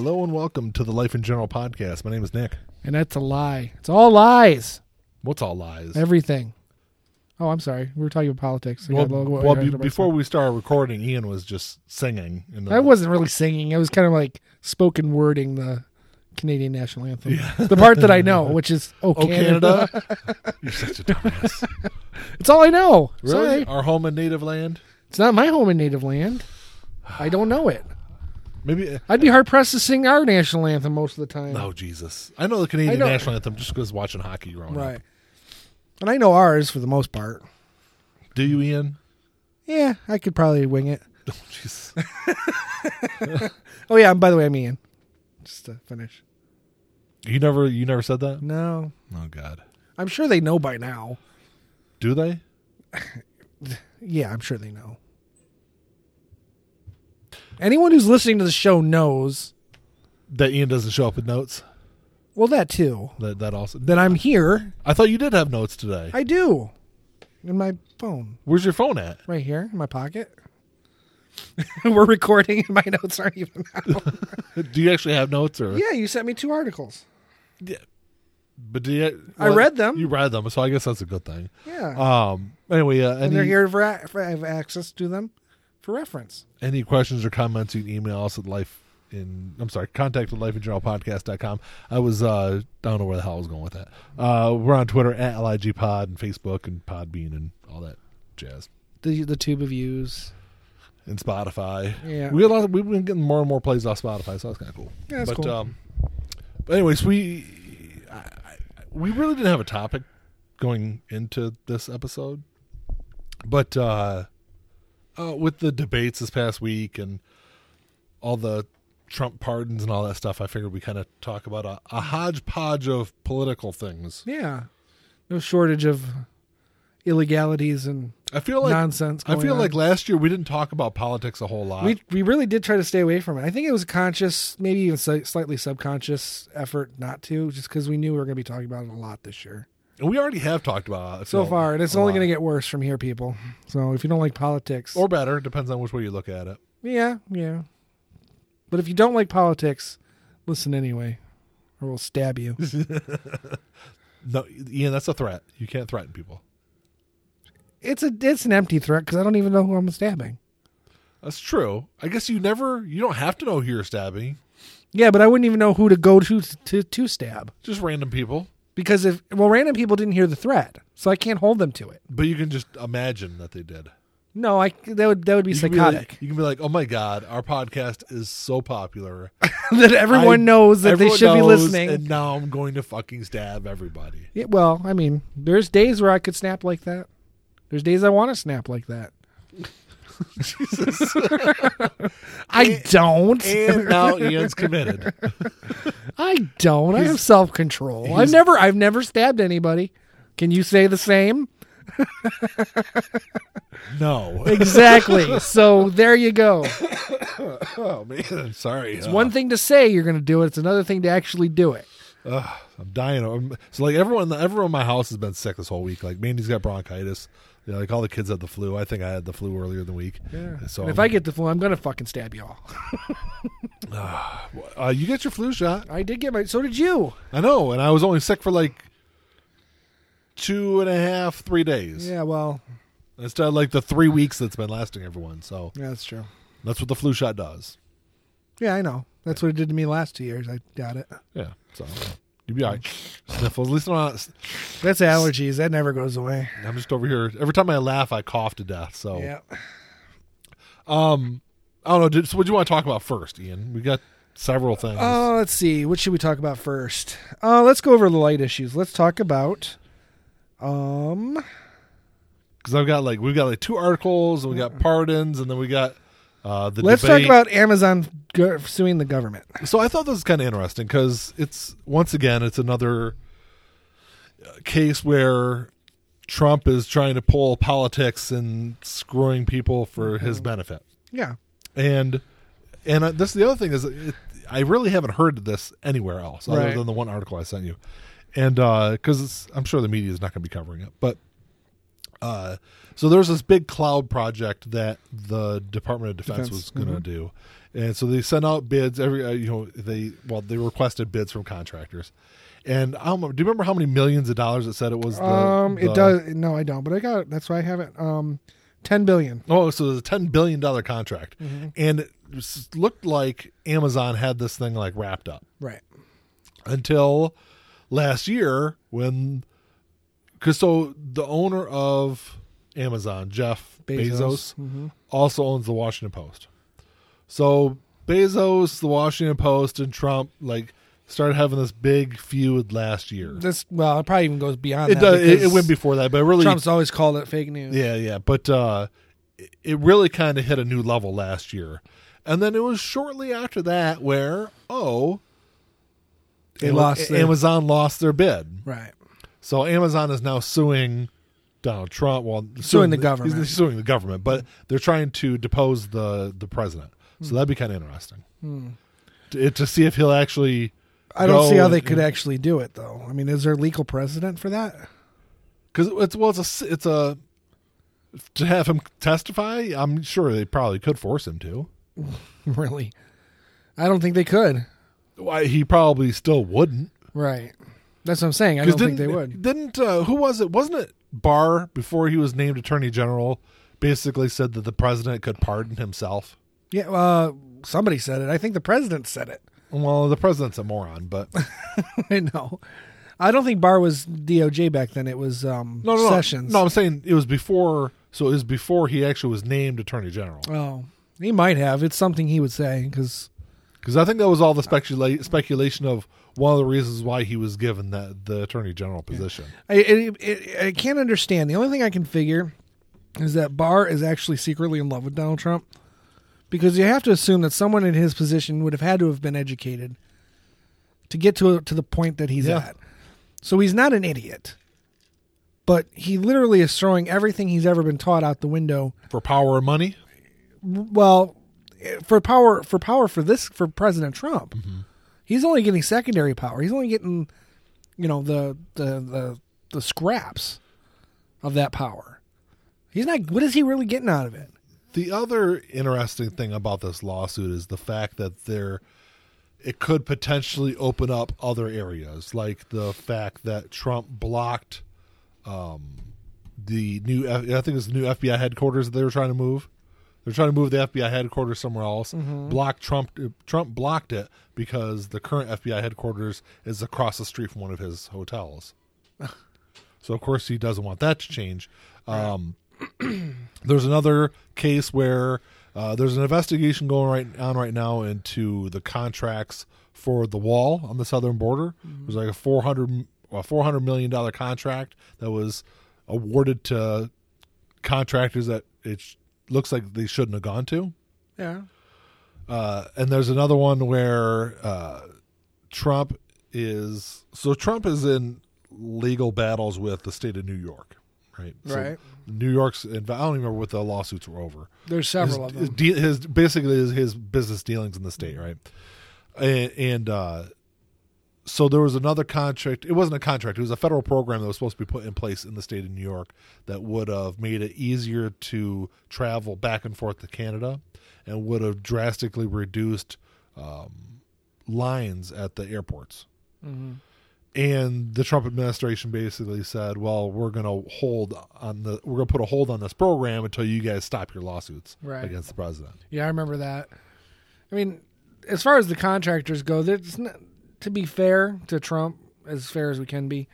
welcome to the Life in General podcast. My name is Nick. And that's a lie. It's all lies. What's all lies? Everything. Oh, I'm sorry. We were talking about politics. I well, got a little- well, I got be- a- before we started recording, Ian was just singing. In the, I wasn't really singing. I was kind of like spoken wording the Canadian national anthem, the part that I know, which is "Oh Oh, Canada." Canada. You're such a dumbass. It's all I know. really? Sorry. Our home and native land? It's not my home and native land. I don't know it. Maybe. uh, I'd be hard pressed to sing our national anthem most of the time. Oh, Jesus. I know the Canadian know- national anthem just because watching hockey growing right. up. And I know ours for the most part. Do you, Ian? Yeah, I could probably wing it. Oh, Jesus. Oh yeah, and by the way, I'm Ian. Just to finish. you never you never said that? No, Oh, God. I'm sure they know by now. Do they? Yeah, I'm sure they know. Anyone who's listening to the show knows. That Ian doesn't show up with notes? Well, that too. That, that also. That I'm here. I thought you did have notes today. I do. In my phone, Where's your phone at? right here, in my pocket. We're recording, and my notes aren't even out. Do you actually have notes or? yeah, you sent me two articles. Yeah. But do you, I read them. You read them, so I guess that's a good thing. Yeah, Um. Anyway, uh, and they're any here for, a- for I have access to them for reference. any questions or comments, you can email us at life in. I'm sorry, contact at lifeingeneralpodcast.com. I was uh, I don't know where the hell I was going with that. Uh, we're on Twitter at ligpod and Facebook and Podbean and all that jazz The the tube of views. and Spotify. Yeah. we got a lot. Of, we've been getting more and more plays off Spotify, so that's kind of cool. Yeah, that's but, cool. Um, but anyways, we I, I, we really didn't have a topic going into this episode, but uh, uh, with the debates this past week and all the Trump pardons and all that stuff, I figured we kind of talk about a, a hodgepodge of political things. Yeah, no shortage of illegalities and I feel like nonsense. I going feel on. like last year we didn't talk about politics a whole lot. we we really did try to stay away from it. I think it was a conscious, maybe even sli- slightly subconscious effort not to, just because we knew we were going to be talking about it a lot this year. and we already have talked about it, I So feel, far, and it's a only lot. going to get worse from here, people. So if you don't like politics, or better depends on which way you look at it yeah, yeah. But if you don't like politics, listen anyway, or we'll stab you. no ian that's a threat you can't threaten people it's a it's an empty threat because I don't even know who I'm stabbing. that's true i guess you never you don't have to know who you're stabbing Yeah, but I wouldn't even know who to go to to to stab just random people because if well, random people didn't hear the threat, so I can't hold them to it. but you can just imagine that they did No, I that would that would be you Can be psychotic. like, you can be like oh my god our podcast is so popular that everyone I- knows that they everyone should be knows, listening. and now i'm going to fucking stab everybody Yeah, well, I mean, there's days where I could snap like that. There's days I want to snap like that. jesus I don't. and now ian's committed I don't. I have self control. I've he's- never I've never stabbed anybody. Can you say the same? no Exactly. so there you go. oh man sorry It's one thing to say you're going to do it. It's another thing to actually do it. I'm dying. I'm, so like everyone, everyone in my house has been sick this whole week. Like Mandy's got bronchitis. You know, like all the kids have the flu. I think I had the flu earlier in the week. Yeah. So And if I I'm- get the flu, I'm going to fucking stab y'all. uh, you get your flu shot, I did get my. So did you? I know, and I was only sick for like two and a half, three days Yeah. Well, instead of like the three weeks that's been lasting everyone. So yeah, that's true. that's what the flu shot does. Yeah, I know. That's what it did to me last two years. I got it. Yeah. So you'd be all right. Sniffles. At least I'm not. That's allergies. That never goes away. I'm just over here. Every time I laugh, I cough to death. So Yeah. I don't know. Did, so what do you want to talk about first, Ian? We got several things. Oh, let's see. What should we talk about first? Uh, let's go over the light issues. Let's talk about. Um. because I've got like we've got like two articles and we got pardons and then we got uh, the Mm-hmm. Let's debate. talk about Amazon go- suing the government. So I thought this was kind of interesting because it's once again it's another uh, case where Trump is trying to pull politics and screwing people for his Mm-hmm. benefit. Yeah. And and uh, this the other thing is it, I really haven't heard this anywhere else other Right. than the uh, one article I sent you, and because I'm sure the media is not going to be covering it, but Uh, so there was this big cloud project that the Department of Defense, Defense, mm-hmm. was going to do, and so they sent out bids every. Uh, you know, they well they requested bids from contractors, and I don't remember, do you remember how many millions of dollars it said it was? The, um, the- it does. No, I don't. But I got it. That's why I have it. Um, ten billion. Oh, so it's a ten billion dollar contract, and it s- looked like Amazon had this thing like wrapped up Right. until last year when because so the owner of Amazon, Jeff Bezos, also owns the Washington Post. So Bezos, the Washington Post, and Trump like started having this big feud last year. This well, it probably even goes beyond. It that does. It, it because went before that, but it really Trump's always called it fake news. yeah, yeah, but uh, it- it really kind of hit a new level last year, and then it was shortly after that where oh, They Am- lost their- Amazon lost their bid, Right. so Amazon is now suing Donald Trump. Well, suing, the government. he's suing the government, but they're trying to depose the the president. Hmm. So that'd be kind of interesting to, to see if he'll actually. I don't go see how and- they could actually do it though. I mean, is there legal precedent for that? because it's well, it's a s- it's a to have him testify. I'm sure they probably could force him to. really. I don't think they could. Why he probably still wouldn't. Right. That's what I'm saying. I 'Cause don't think they didn't- would. Didn't uh, who was it? Wasn't it Barr before he was named Attorney General? Basically said that the president could pardon himself. Yeah. Uh, somebody said it. I think the president said it. Well, the president's a moron, but I know. I don't think Barr was DOJ back then. It was um, no, no, no, Sessions. no. I'm saying it was before. So it was before he actually was named Attorney General, Oh, he might have. It's something he would say because because I think that was all the specula- speculation of one of the reasons why he was given that the Attorney General position. I, it, it, I can't understand. The only thing I can figure is that Barr is actually secretly in love with Donald Trump because you have to assume that someone in his position would have had to have been educated to get to to the point that he's Yeah. at. So he's not an idiot, but he literally is throwing everything he's ever been taught out the window for power and money. well for power for power for this for president trump he's only getting secondary power he's only getting you know the the the, the scraps of that power he's not what is he really getting out of it The other interesting thing about this lawsuit is the fact that there it could potentially open up other areas, like the fact that Trump blocked um, the new F- I think it's the new FBI headquarters that they were trying to move. They're trying to move the FBI headquarters somewhere else. Blocked Trump Trump blocked it because the current FBI headquarters is across the street from one of his hotels. So of course he doesn't want that to change. Um, there's another case where uh, there's an investigation going right on right now into the contracts for the wall on the southern border. It was like a 400 a 400 million dollar contract that was awarded to contractors that it sh- looks like they shouldn't have gone to. yeah Uh, and there's another one where uh, Trump is so Trump is in legal battles with the state of New York, right? So Right. New York's. inv- I don't even remember what the lawsuits were over. His, there's several of his them de- his- basically his, his business dealings in the state, right? And, and uh, so there was another contract. It wasn't a contract. It was a federal program that was supposed to be put in place in the state of New York that would have made it easier to travel back and forth to Canada, and would have drastically reduced um, lines at the airports. Mm-hmm. And the Trump administration basically said, "Well, we're going to hold on the we're going to put a hold on this program until you guys stop your lawsuits Right. against the president." yeah i remember that i mean as far as the contractors go there's not, to be fair to trump as fair as we can be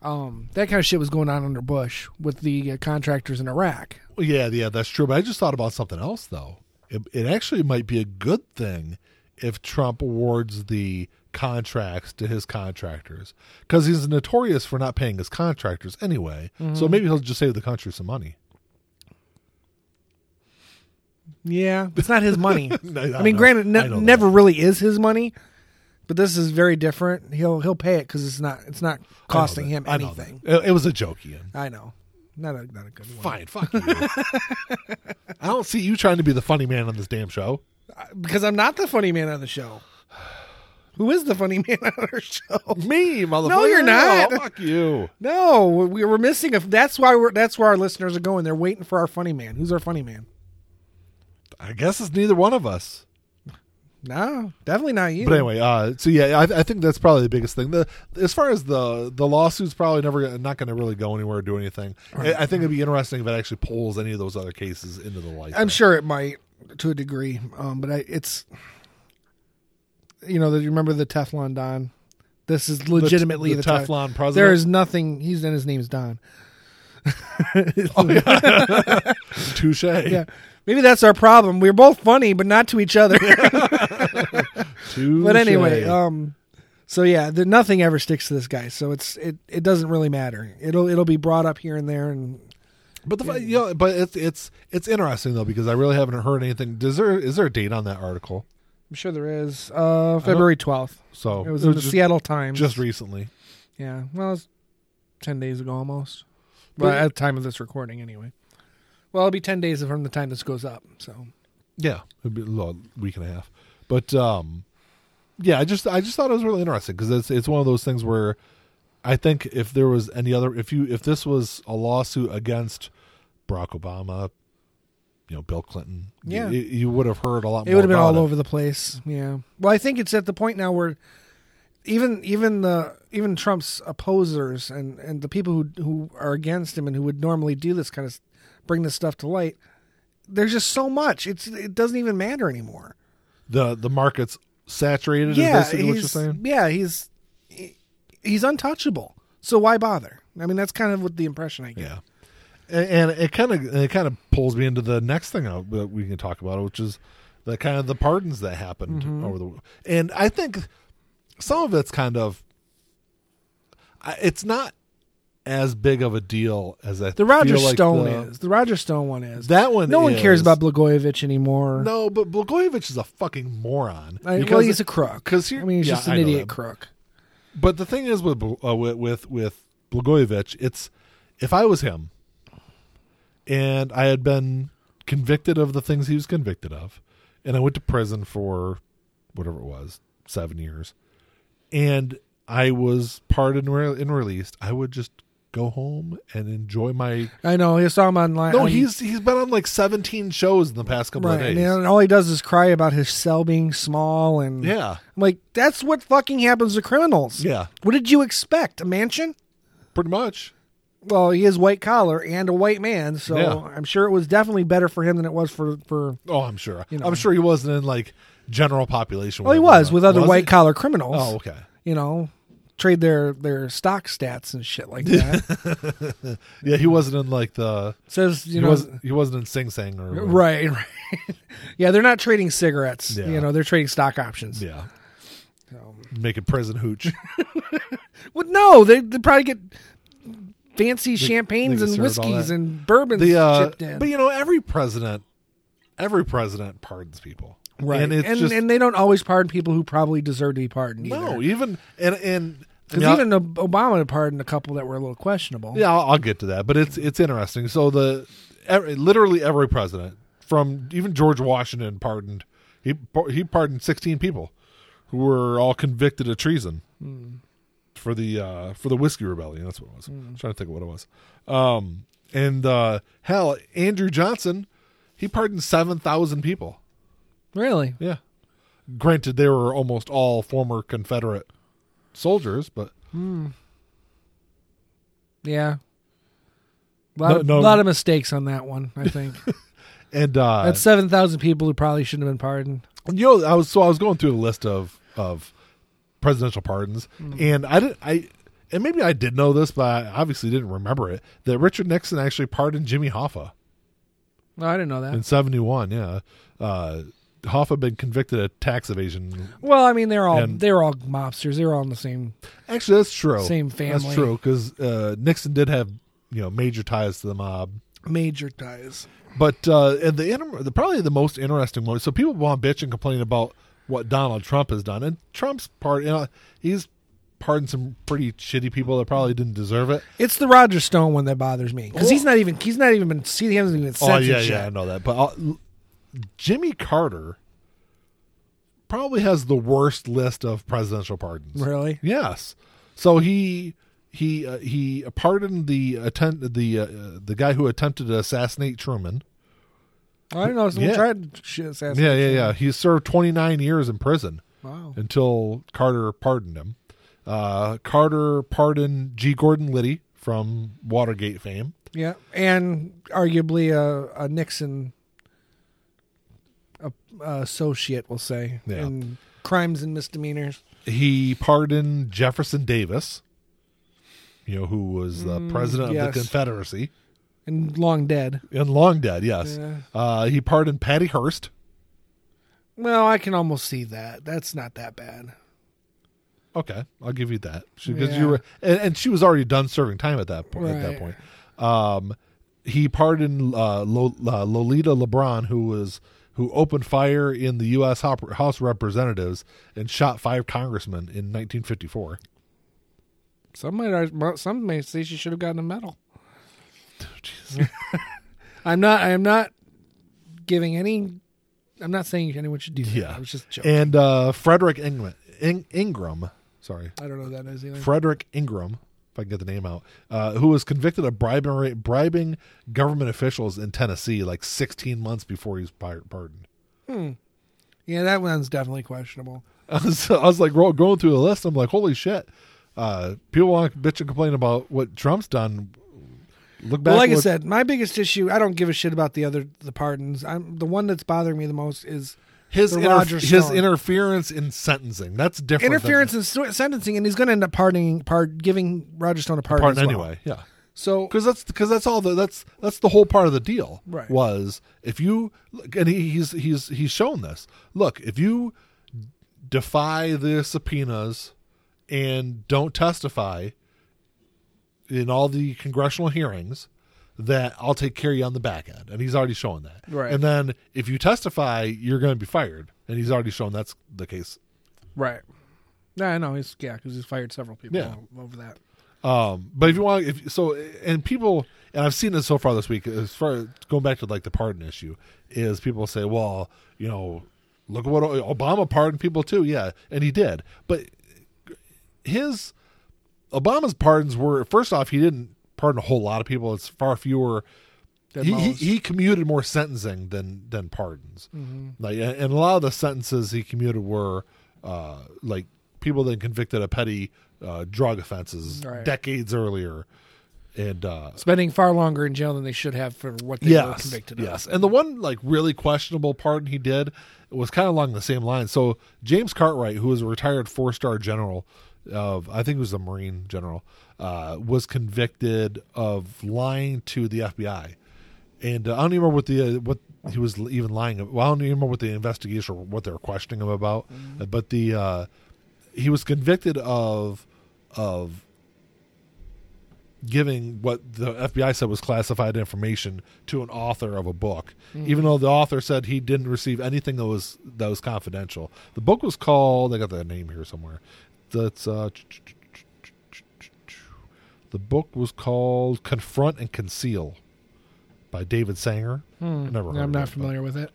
um, that kind of shit was going on under bush with the uh, contractors in iraq Well, yeah, yeah, that's true. But I just thought about something else though. It, it actually might be a good thing if Trump awards the contracts to his contractors because he's notorious for not paying his contractors anyway. So maybe he'll just save the country some money. Yeah, it's not his money. No, I I mean, know. granted, ne- I know that. never really is his money, but this is very different. He'll he'll pay it because it's not it's not I know costing that. him I know that. anything. It, it was a joke, Ian. I know, not a not a good Fine, one fuck you. I don't see you trying to be the funny man on this damn show. I- because I'm not the funny man on the show. who is the funny man on our show. Me, motherfucker. No, you're not. fuck you. No, we were missing. If that's why we're that's where our listeners are going. They're waiting for our funny man. Who's our funny man? I guess it's neither one of us. No, definitely not you. But anyway, uh, so yeah, I, I think that's probably the biggest thing. The as far as the the lawsuit's probably never gonna- not going to really go anywhere or do anything. I, I think it'd be interesting if it actually pulls any of those other cases into the light. I'm sure it might to a degree, um, but I, it's you know, the, you remember the Teflon Don. This is legitimately the the, Tef- Teflon president? There is nothing. He's and his name's Don. Oh, touche. yeah, maybe that's our problem. We're both funny, but not to each other. Touche. but anyway, um, so yeah, the, nothing ever sticks to this guy, so it's it it doesn't really matter. It'll it'll be brought up here and there, and but the fu- you know, but it's it's it's interesting though because I really haven't heard anything. Does there is there a date on that article? I'm sure there is uh, February twelfth. So It was in the just, Seattle Times. just recently. Yeah, well, it's ten days ago almost. But- But at the time of this recording, anyway. Well, it'll be ten days from the time this goes up. So Yeah, it'd be a little- week and a half. But um, yeah, I just I just thought it was really interesting because it's it's one of those things where I think if there was any other if you if this was a lawsuit against Barack Obama, you know Bill Clinton, y- Yeah. y- you, would have heard a lot. it more would have been about all over the place. Yeah. Well, I think it's at the point now where even even the even Trump's opposers and and the people who who are against him and who would normally do this kind of bring this stuff to light. There's just so much. It's it doesn't even matter anymore. the the markets saturated. yeah, is basically what you're he's- saying. yeah, he's he- he's untouchable. So why bother? I mean, that's kind of what the impression I get. Yeah, and, and it kind of it kind of pulls me into the next thing out that we can talk about, which is the kind of the pardons that happened Mm-hmm. over the. And I think some of it's kind of I- it's not as big of a deal as I The Roger feel like Stone the- is the Roger Stone one is. that one. no one cares is. about Blagojevich anymore. No, but Blagojevich is a fucking moron. I, well, because- he's a crook. 'cause here- I mean, he's yeah, just I an know idiot that. crook. But the thing is with Bl- uh, with with, with Blagojevich, it's if I was him, and I had been convicted of the things he was convicted of, and I went to prison for whatever it was, seven years, and I was pardoned and re- and released, I would just go home and enjoy my. I know. He saw him online. No, on- he's he's been on like seventeen shows in the past couple right. of days. And, then all he does is cry about his cell being small and Yeah, I'm like that's what fucking happens to criminals. yeah, What did you expect? A mansion? pretty much. Well, he is white collar and a white man, so Yeah. I'm sure it was definitely better for him than it was for for. Oh, I'm sure. You know. I'm sure he wasn't in like general population. Well, he whatever, was but- with other Was white he? collar criminals. Oh, okay. you know, trade their their stock stats and shit like that. Yeah, he wasn't in like the Says you he know, wasn't he wasn't in Sing Sing or right, right. yeah, they're not trading cigarettes. Yeah. You know, they're trading stock options. Yeah, Um, making prison hooch. Well, no, they they probably get fancy champagnes they and served all whiskeys that. and bourbons The uh, chipped in. but you know every president, every president pardons people, right, And and, it's and, just they don't always pardon people who probably deserve to be pardoned. no, either. even and and I because mean, I- even Ob- Obama pardoned a couple that were a little questionable. yeah, I'll, I'll get to that. But it's it's interesting. So the every, literally every president from even George Washington pardoned he par- he pardoned sixteen people who were all convicted of treason for the uh, for the whiskey rebellion. That's what it was. I'm trying to think of what it was. Um, and uh, hell, Andrew Johnson he pardoned seven thousand people. really. Yeah, granted they were almost all former Confederate soldiers, but Yeah. A lot, No, of, no. lot of mistakes on that one, I think. and uh, That's 7,000 people who probably shouldn't have been pardoned. you know, I was so I was going through the list of of presidential pardons, Mm-hmm. and I didn't I. And maybe I did know this, but I obviously didn't remember it. That Richard Nixon actually pardoned Jimmy Hoffa No, I didn't know that. in '71. Yeah, uh, Hoffa had been convicted of tax evasion. well, I mean, they're all And- they're all mobsters. They're all in the same. Actually, that's true. Same That's family. true because uh, Nixon did have you know major ties to the mob. Major ties. But uh, and the, inter- the probably the most interesting one. So people want to bitch and complain about what Donald Trump has done, and Trump's part, you know, he's pardoned some pretty shitty people that probably didn't deserve it. It's the Roger Stone one that bothers me because Well- he's not even he's not even been see he hasn't even Oh sentenced yeah, yet. yeah, I know that. But uh, Jimmy Carter probably has the worst list of presidential pardons. Really? Yes. So he he uh, he pardoned the attempt the uh, the guy who attempted to assassinate Truman. I don't know. Someone Yeah. tried shit assassin. Yeah, yeah, yeah. He served 29 years in prison Wow. until Carter pardoned him. Uh, Carter pardoned G. Gordon Liddy from Watergate fame. Yeah, and arguably a, a Nixon a, a associate, we'll say, Yeah. in crimes and misdemeanors. He pardoned Jefferson Davis, you know, who was the president of Mm, yes. the Confederacy and long dead. and long dead. Yes. Yeah. Uh, he pardoned Patty Hearst. Well, I can almost see that. That's not that bad. Okay, I'll give you that because Yeah. you were, and, and she was already done serving time at that point. At that Right. point, um, he pardoned uh, Lo, uh, Lolita LeBron, who was who opened fire in the U.S. Hop- House of Representatives and shot five congressmen in 1954. Some might, ar- some may say she should have gotten a medal. Oh, Jesus. I'm not. I am not giving any. I'm not saying anyone should do that. Yeah. I was just joking. and uh, Frederick Ingram, In- Ingram, sorry, I don't know who that is either. Frederick Ingram, if I can get the name out, uh, who was convicted of bribing bribing government officials in Tennessee like 16 months before he was par- pardoned. yeah, that one's definitely questionable. I was, I was like ro- going through the list. I'm like, holy shit! Uh, people want to bitch and complain about what Trump's done. Look back. Well, like at I what- said, my biggest issue. I don't give a shit about the other the pardons. I'm the one that's bothering me the most is his the inter- Roger his Stone. interference in sentencing. That's different. interference in stu- sentencing, and he's going to end up pardoning, pard, giving Roger Stone a than pardon, pardon as well. anyway. Yeah, So because that's because that's all the that's that's the whole part of the deal. Right. Was if you look, and he, he's he's he's shown this. Look, if you defy the subpoenas and don't testify in all the congressional hearings that I'll take care of you on the back end. And he's already shown that. Right. And then if you testify, you're going to be fired. And he's already shown that's the case. right, yeah, I know he's yeah because he's fired several people Yeah. over that. Um, but if you want, if so, and people, and I've seen this so far this week, as far as going back to like the pardon issue, is people say, well, you know, look at what Obama pardoned people too. Yeah. And he did. But his, Obama's pardons were, first off, he didn't pardon a whole lot of people. It's far fewer. Than He, he, most. he commuted more sentencing than than pardons. Like, and and a lot of the sentences he commuted were uh, like people that convicted of petty uh, drug offenses Right. decades earlier, and uh, Spending far longer in jail than they should have for what they were yes, convicted of. yes. And the one like really questionable pardon he did was kind of along the same line. So James Cartwright, who was a retired four star general of, I think it was a Marine general, uh, was convicted of lying to the FBI. And uh, I don't even remember what the uh, what he was even lying. About. Well, I don't even remember what the investigation or what they were questioning him about. Mm-hmm. But the uh, he was convicted of of giving what the FBI said was classified information to an author of a book, Mm-hmm. even though the author said he didn't receive anything that was that was confidential. The book was called. I got that name here somewhere. That's uh, the book was called "Confront and Conceal" by David Sanger. Never. heard Hmm. I'm of not it, but- familiar with it.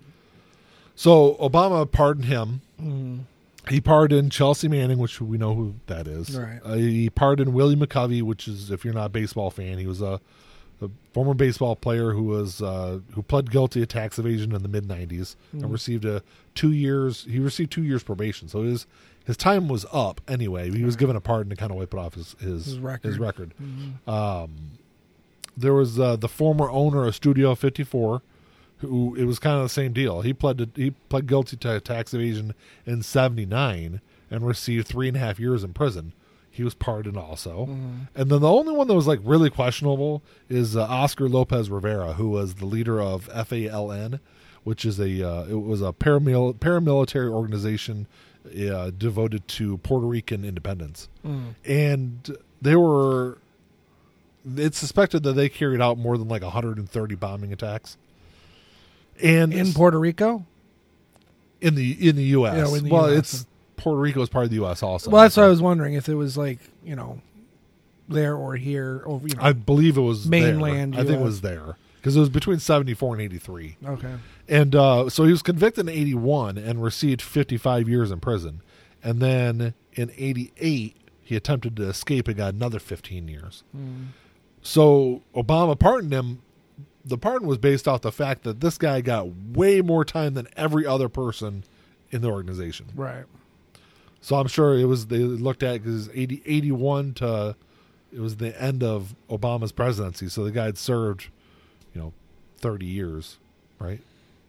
so Obama pardoned him. Hmm. He pardoned Chelsea Manning, which we know who that is. Right. Uh, he pardoned Willie McCovey, which is if you're not a baseball fan, he was a, a former baseball player who was uh, who pled guilty to tax evasion in the mid '90s and Mm-hmm. received a two years. He received two years probation, so his his time was up anyway. He was given a pardon to kind of wipe it off his his, His record. Mm-hmm. His record. There was uh, the former owner of Studio 54, who it was kind of the same deal. He pled to, he pled guilty to tax evasion in '79 and received three and a half years in prison. He was pardoned also. And then the only one that was like really questionable is uh, Oscar Lopez Rivera, who was the leader of FALN, which is a uh, it was a paramil- paramilitary organization uh, devoted to Puerto Rican independence, Hmm. and they were it's suspected that they carried out more than like 130 bombing attacks. And In Puerto Rico? in the in the U.S. Yeah, in the well, US. it's Puerto Rico is part of the U.S. also. Well, that's what I was wondering if it was like, you know, there or here over you know I believe it was there. Mainland I think it US. was there. because it was between 74 and 83. Okay. And uh, so he was convicted in 81 and received 55 years in prison. And then in 88, he attempted to escape and got another 15 years. Hmm. So Obama pardoned him. The pardon was based off the fact that this guy got way more time than every other person in the organization. Right. So I'm sure it was they looked at because 80, 81 to it was the end of Obama's presidency. So the guy had served, you know, 30 years, right?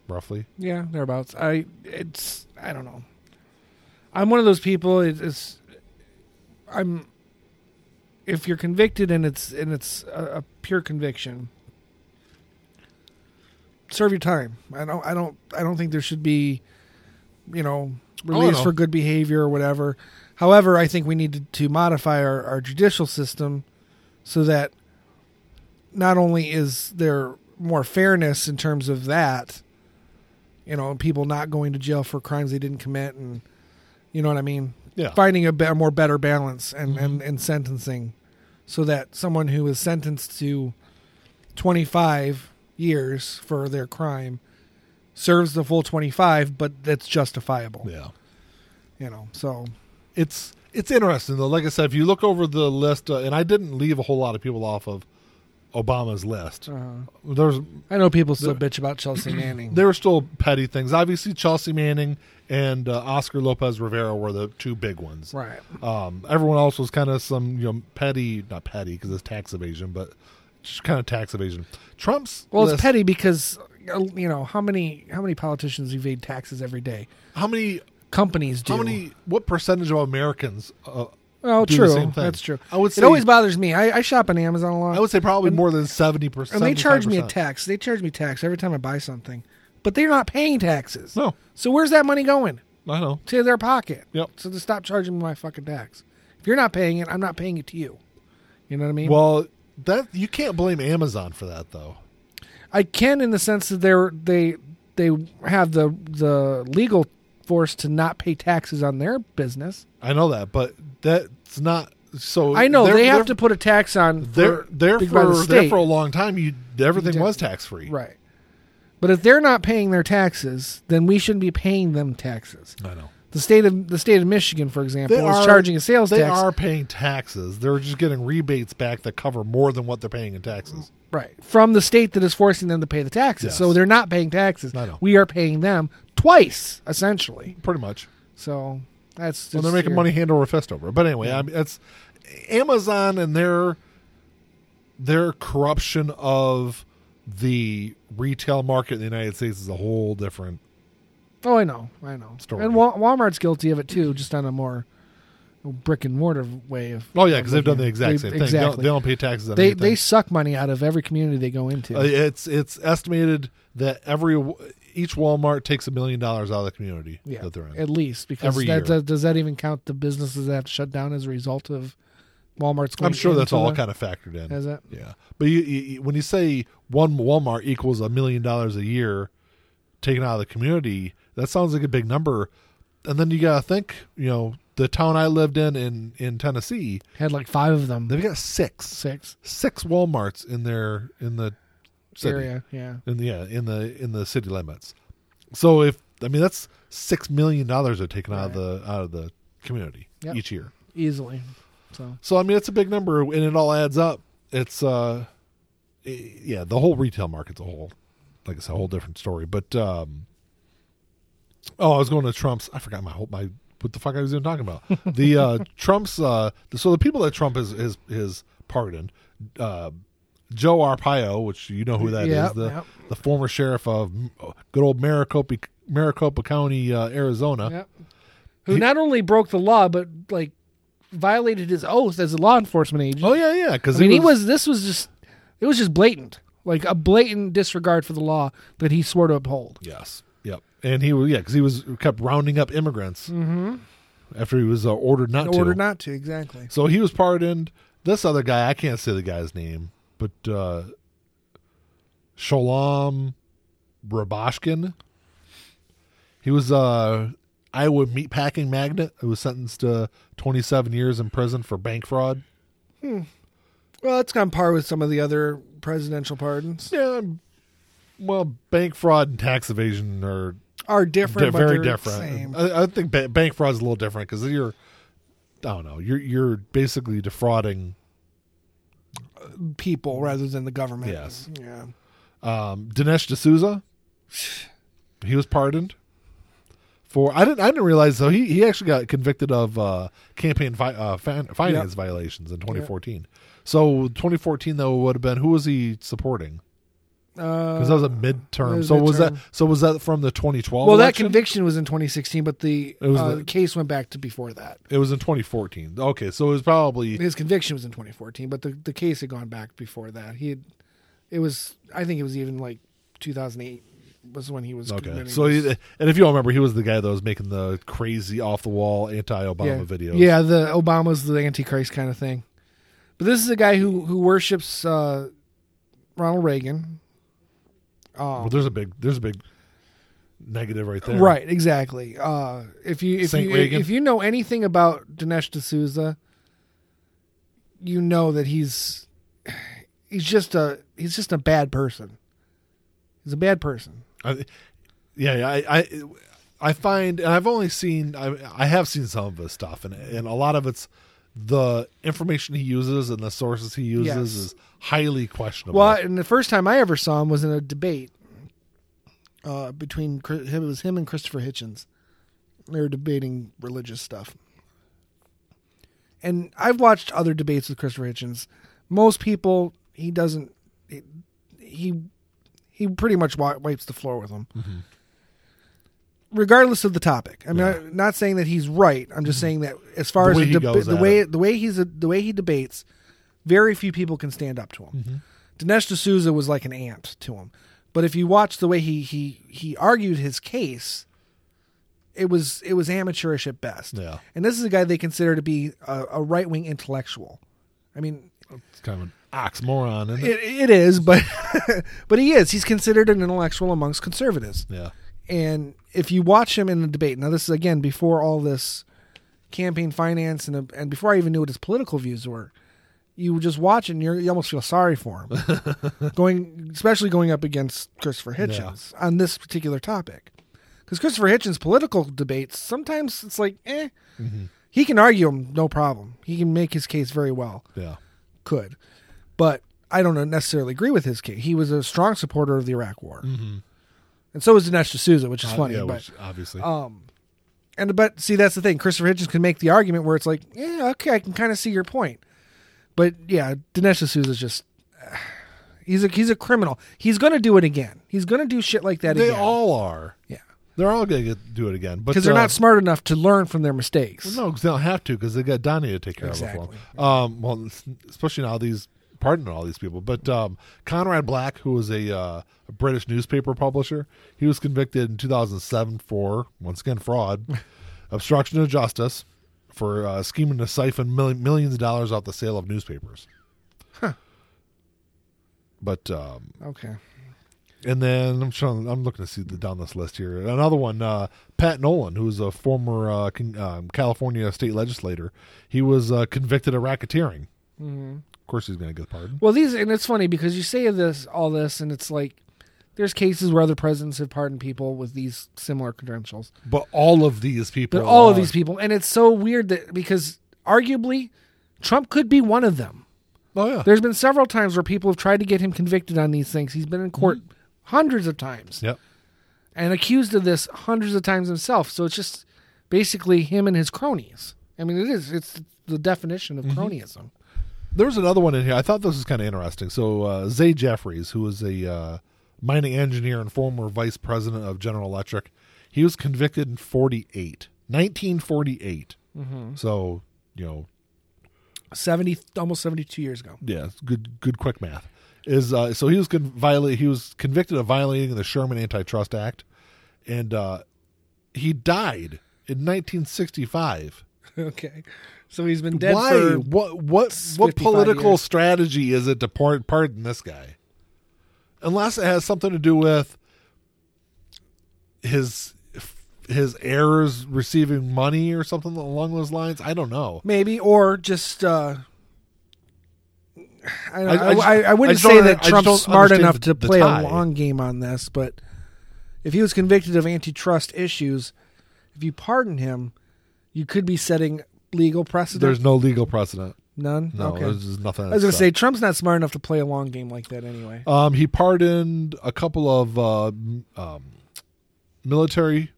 Roughly. Yeah, thereabouts. I it's I don't know. I'm one of those people. It, it's I'm if you're convicted and it's and it's a, a pure conviction, serve your time. I don't I don't I don't think there should be, you know, release no. for good behavior or whatever. However, I think we need to, to modify our, our judicial system so that not only is there more fairness in terms of that, you know, people not going to jail for crimes they didn't commit, and you know what I mean, Yeah. Mm-hmm. finding a, be- a more better balance and, and and sentencing, so that someone who is sentenced to twenty five years for their crime serves the full twenty five, but that's justifiable, Yeah. you know. So It's it's interesting though. Like I said, if you look over the list, uh, and I didn't leave a whole lot of people off of Obama's list. There's I know people still bitch about Chelsea Manning. Uh-huh. there were still petty things. Obviously, Chelsea Manning and uh, Oscar Lopez Rivera were the two big ones. Right. Um, everyone else was kind of some you know petty, not petty because it's tax evasion, but just kind of tax evasion. Trump's Well, list- it's petty because uh, you know how many how many politicians evade taxes every day. How many? Companies do. How many? What percentage of Americans? Uh, Oh, do the true. same thing? That's true. I would say- it always bothers me. I, I shop on Amazon a lot, I would say probably more than seventy percent. and they charge me a tax. They charge me tax every time I buy something, but they're not paying taxes. No, So where's that money going I know. to their pocket? Yep. So just stop charging me my fucking tax. If you're not paying it, I'm not paying it to you. You know what I mean? Well, that you can't blame Amazon for that though. I can in the sense that they're they they have the the legal force to not pay taxes on their business. I know that, but that's not so. I know they're- they have they're- to put a tax on. They're for- there by the for there state. for a long time. You everything Yeah. was tax free. Right. But if they're not paying their taxes, then we shouldn't be paying them taxes. I know. The state of the state of Michigan, for example, They is are- charging a sales They tax. are paying taxes. They're just getting rebates back that cover more than what they're paying in taxes. Right. From the state that is forcing them to pay the taxes. Yes. So they're not paying taxes. I know. We are paying them twice, essentially. Pretty much. So that's just Well, they're making your- money hand over fist over. it. But anyway, I mean, that's Amazon and their their corruption of the retail market in the United States is a whole different. Oh, I know. I know. Story. And Wal- Walmart's guilty of it too, just on a more brick and mortar way of Oh yeah, because they've done the They- exact same thing. They don't, exactly. they don't pay taxes. On they anything. they suck money out of every community they go into. Uh, it's it's estimated that every each Walmart takes a million dollars out of the community yeah, that they're in. at least because Every that, year. that- does that even count the businesses that have to shut down as a result of Walmart's? Going I'm sure that's into all the- kind of factored in. Is it? Yeah, but you, you, you- when you say one Walmart equals a million dollars a year taken out of the community, that sounds like a big number. And then you got to think, you know, the town I lived in in in Tennessee, Had like five of them, they've got six six six WalMarts in their in the city. area. Yeah, in the, yeah in the in the city limits. So if I mean that's six million dollars are taken out of the out of the community Yep. each year. easily. So So I mean it's a big number and it all adds up. It's uh i- yeah, the whole retail market's a whole like it's a whole different story. But um oh, I was going to Trump's. I forgot my whole my what the fuck I was even talking about. The uh Trump's uh so the people that Trump has is is pardoned uh Joe Arpaio, which you know who that is, Yep, the yep. the former sheriff of uh, good old Maricopa Maricopa County, uh, Arizona. yeah, who not only broke the law but like violated his oath as a law enforcement agent. Oh yeah, yeah, because I mean, he was. This was just. It was just blatant, like a blatant disregard for the law that he swore to uphold. Yes. Yep. And he was yeah, because he was kept rounding up immigrants after he was uh, Mm-hmm. ordered not to. Ordered not to, exactly. so he was pardoned. This other guy, I can't say the guy's name, but uh, Shalom Rabashkin. He was uh, Iowa meatpacking magnate who was sentenced to 27 years in prison for bank fraud. Well, it's on par with some of the other presidential pardons. Yeah, Well, bank fraud and tax evasion are Are different, di- but very they're different. Same. Uh, I, I think ba- bank fraud is a little different because you're, I don't know, you're you're basically defrauding, People rather than the government. Yes. Yeah. um, Dinesh D'Souza. He was pardoned for I didn't I didn't realize though he he actually got convicted of uh, campaign fi- uh, fin- finance violations in 2014. So 2014 though would have been who was he supporting? Uh, Because that was a midterm. was so was that midterm. so was that from the 2012? well, that election? conviction was in 2016, but the, It was uh, the- case went back to before that. It was in 2014. Okay, so it was probably His conviction was in 2014, but the, the case had gone back before that. He had, it was, I think it was even like 2008 was when he was. okay. committing So, this. he, and if you all remember, he was the guy that was making the crazy off the wall anti-Obama yeah. videos. Yeah, the Obama's the Antichrist kind of thing. But this is a guy who who worships uh, Ronald Reagan. Well, there's a big there's a big negative right there. Right, exactly. Uh, if you if Saint you Reagan. if you know anything about Dinesh D'Souza, you know that he's he's just a he's just a bad person. He's a bad person. I, yeah, yeah, I, I, I find, and I've only seen, I, I have seen some of his stuff, and and a lot of it's the information he uses and the sources he uses Yes. is highly questionable. Well, and the first time I ever saw him was in a debate uh, between Chri- him. It was him and Christopher Hitchens. They were debating religious stuff, and I've watched other debates with Christopher Hitchens. Most people, he doesn't. He he, he pretty much wi- wipes the floor with them, regardless of the topic. I mean, I'm not saying that he's right. I'm just saying that as far Mm-hmm. The as way the, he deb- goes the at way the way he's a, the way he debates, very few people can stand up to him. Mm-hmm. Dinesh D'Souza was like an ant to him. But if you watch the way he he he argued his case, it was it was amateurish at best. Yeah. And this is a guy they consider to be a, a right wing intellectual. I mean, it's kind of an oxymoron, isn't it? it, it is, but but he is. He's considered an intellectual amongst conservatives. Yeah, And if you watch him in the debate, now this is again before all this campaign finance and and before I even knew what his political views were, you just watch and you're, you almost feel sorry for him, going especially going up against Christopher Hitchens on this particular topic, because Christopher Hitchens' political debates sometimes it's like eh, he can argue them no problem, he can make his case very well, yeah, could, but I don't necessarily agree with his case. He was a strong supporter of the Iraq War. And so was Dinesh D'Souza, which is Mm-hmm. Uh, funny. yeah, but um, which, obviously. and but see, that's the thing. Christopher Hitchens can make the argument where it's like, yeah, okay, I can kind of see your point. But yeah, Dinesh D'Souza's just he's a he's a criminal. He's gonna do it again. He's gonna do shit like that they again. all are. yeah, They're all gonna get, do it again, but because they're uh, not smart enough to learn from their mistakes. No, because they don't have to, because they got Donnie to take care of it Exactly. for 'em. Um, well, s- especially now these, pardon all these people, but um, Conrad Black, who was a, uh, a British newspaper publisher, he was convicted in 2007 for once again fraud, obstruction of justice, for uh, scheming to siphon mil- millions of dollars off the sale of newspapers. But um, Okay, and then I'm trying. I'm looking to see the down this list here. Another one, uh, Pat Nolan, who's a former uh, con- um, California state legislator. He was uh, convicted of racketeering. Mm-hmm. Of course, he's going to get pardoned. well these and it's funny because you say this all this and it's like there's cases where other presidents have pardoned people with these similar credentials. But all of these people, But all of are- these people, and it's so weird that because arguably Trump could be one of them. Oh yeah, There's been several times where people have tried to get him convicted on these things. He's been in court hundreds of times Mm-hmm. yep. and accused of this hundreds of times himself. So it's just basically him and his cronies. I mean, it is. It's the definition Mm-hmm. of cronyism. There's another one in here. I thought this was kind of interesting. So uh, Zay Jeffries, who was a uh, mining engineer and former vice president of General Electric, he was convicted in 48, 1948. Mm-hmm. So you know, Seventy, almost seventy-two years ago. Yeah, it's good good quick math. Is uh, so he was con- violate he was convicted of violating the Sherman Antitrust Act, and uh, he died in 1965. okay, so he's been dead Why? for what what what 55 political years. strategy is it to par- pardon this guy? Unless it has something to do with his his heirs receiving money or something along those lines. I don't know. maybe, or just uh, I, I- I I, just- I, I I wouldn't just say don't- I that just Trump's don't smart understand enough the- to the play tie. a long game on this, but if he was convicted of antitrust issues, if you pardon him, you could be setting legal precedent. There's no legal precedent. none. No, okay. there's just nothing. I was going to say Trump's not smart enough to play a long game like that anyway. Um, he pardoned a couple of uh, m- um, military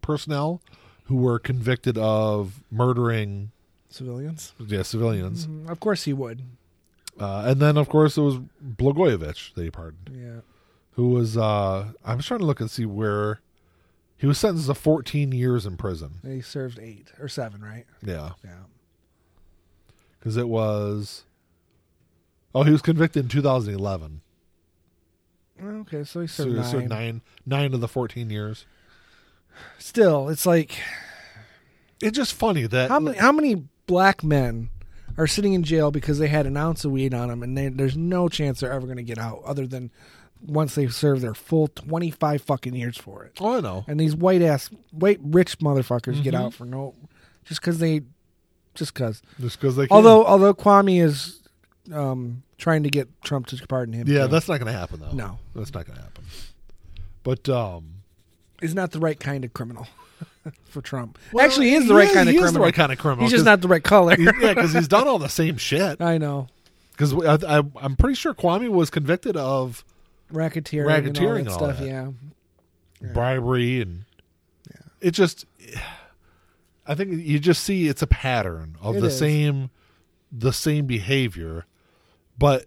personnel who were convicted of murdering Civilians, yeah, civilians. Mm, of course he would. Mm-hmm. Uh, and then, of course, it was Blagojevich they pardoned, Yeah. who was, uh, I'm just trying to look and see where he was sentenced to 14 years in prison. They served eight or seven, right? Yeah. Yeah. Because it was, oh, he was convicted in 2011. Okay, so he So, served nine. so nine, nine of the 14 years. Still, it's like It's just funny that how many how many black men are sitting in jail because they had an ounce of weed on them, and they, there's no chance they're ever going to get out, other than once they serve their full 25 fucking years for it. Oh, I know. And these white ass, white rich motherfuckers get Mm-hmm. out for no, just because they, just because. Just because they. Can. Although although Kwame is um, trying to get Trump to pardon him. yeah, too. that's not going to happen though. No. that's not going to happen. But um, is not the right kind of criminal for Trump. Actually, he is the right kind of he criminal. Is the right kind of criminal. He's just 'cause- not the right color. he's- yeah, because he's done all the same shit. I know. Because I, I, I'm pretty sure Kwame was convicted of Racketeering, Racketeering and all that and all stuff. that. Yeah, bribery and it just i think you just see it's a pattern of It the is. same the same behavior but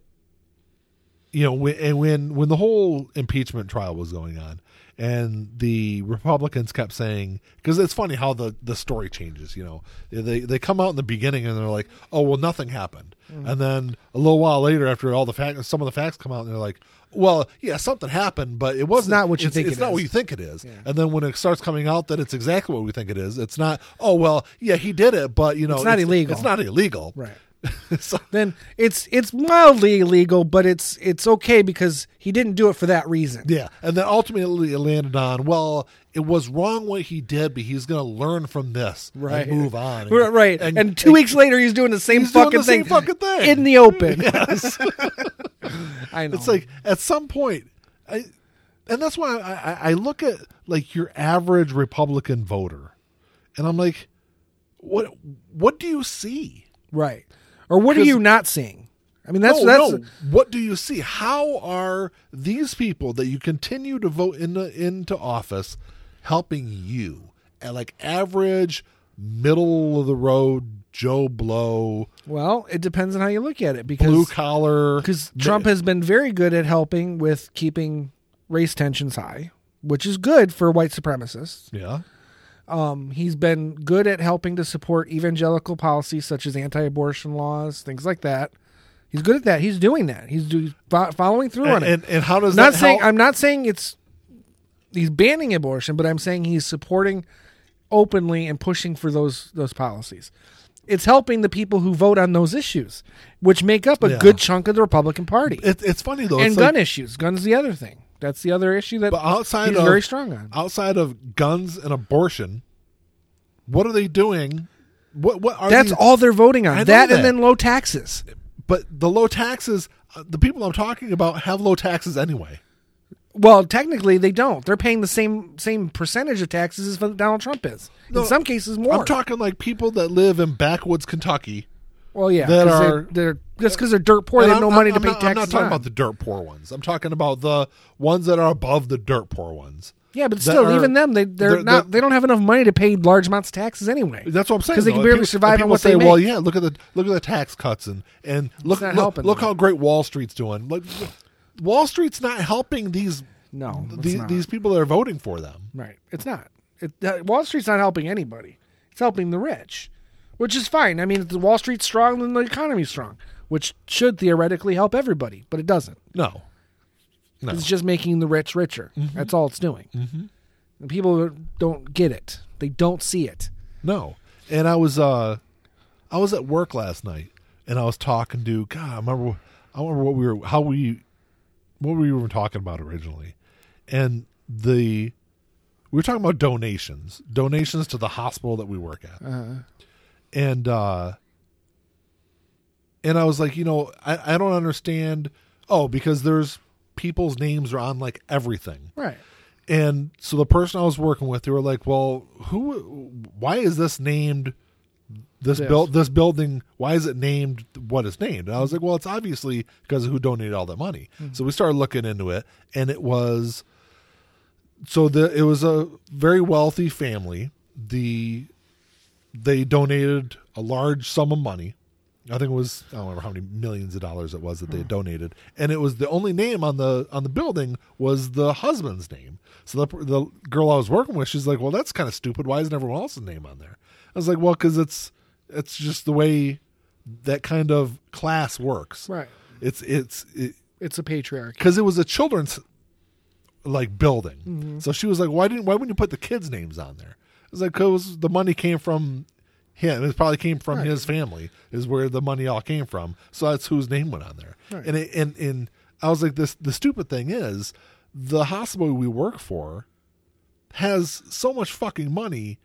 you know when, and when when the whole impeachment trial was going on and the republicans kept saying because it's funny how the the story changes you know they they come out in the beginning and they're like oh well nothing happened Mm. and then a little while later after all the facts some of the facts come out and they're like well yeah something happened but it wasn't not what you it's, think it's it not is. what you think it is and then when it starts coming out that it's exactly what we think it is it's not oh well yeah he did it but you know It's not illegal. it's not illegal right. so, Then it's it's mildly illegal, but it's it's okay because he didn't do it for that reason. yeah and then ultimately it landed on well it was wrong what he did but he's going to learn from this and Right. move on and- Right, right. And, two weeks later, he's doing the same he's doing fucking the same thing, fucking thing. in the open. Yes. I know. it's like at some point I, and that's why I, I, I look at like your average republican voter and i'm like what what do you see right. Or what are you not seeing? I mean, that's that's Oh, no. what do you see? How are these people that you continue to vote into into office helping you? At like average, middle of the road Joe Blow, well, it depends on how you look at it because blue collar. because Trump has been very good at helping with keeping race tensions high, which is good for white supremacists. yeah, Um, he's been good at helping to support evangelical policies such as anti-abortion laws, things like that. He's good at that. He's doing that. He's do, fo- following through and, on it. and and how does not that saying help? I'm not saying it's he's banning abortion, but I'm saying he's supporting openly and pushing for those those policies. It's helping the people who vote on those issues, which make up a Yeah. good chunk of the Republican Party It, it's funny though. and it's gun like, issues. Guns the other thing. That's the other issue that but outside he's of very strong on. outside of guns and abortion, what are they doing? What what are That's these- all they're voting I know on. That, that. and then low taxes. But the low taxes. uh, The people I'm talking about have low taxes anyway. Well, technically they don't. They're paying the same same percentage of taxes as what Donald Trump is. No, in some cases more. I'm talking like people that live in backwoods Kentucky. well, yeah, that 'cause are- they're, they're that's because they're dirt poor. They And have no I'm- money I'm to pay not- taxes. I'm not talking on. about the dirt poor ones. I'm talking about the ones that are above the dirt poor ones. yeah, but that still, are- even them, they they're, they're- not. They don't have enough money to pay large amounts of taxes anyway. That's what I'm saying. 'Cause they though. can barely people- survive on people what say, they make. Well, yeah, look at the look at the tax cuts and and look not look, helping look them. how great Wall Street's doing. Look, Wall Street's not helping these No, it's these, not. these people that are voting for them. Right. It's not. It, uh, Wall Street's not helping anybody. It's helping the rich, which is fine. I mean, if the Wall Street's strong, then the economy's strong, which should theoretically help everybody, but it doesn't. No, no, It's just making the rich richer. That's all it's doing. Mm-hmm. And people don't get it. They don't see it. No. And I was uh I was at work last night and I was talking to God, I remember I remember what we were how we what we were talking about originally. And the we were talking about donations. Donations to the hospital that we work at. And uh and I was like, you know, I, I don't understand. Oh, because there's people's names are on like everything. Right. And so the person I was working with, they were like, "Well, who? Why is this named? This, This. build, this building. Why is it named what it's named?" And I was like, "Well, it's obviously because of who donated all that money." So we started looking into it, and it was so the it was a very wealthy family. The they donated a large sum of money. I think it was I don't remember how many millions of dollars it was that they donated, and it was the only name on the on the building was the husband's name. So the the girl I was working with, she's like, "Well, that's kind of stupid. Why isn't everyone else's name on there?" I was like, "Well, because it's it's just the way that kind of class works. Right. It's it's it, It's a patriarchy. because it was a children's like building. Mm-hmm. So she was like, "Why didn't? Why wouldn't you put the kids' names on there?" It's like because the money came from him. It probably came from Right. his family. Is where the money all came from. So that's whose name went on there. Right. And it, and and I was like, this the stupid thing is the hospital we work for has so much fucking money.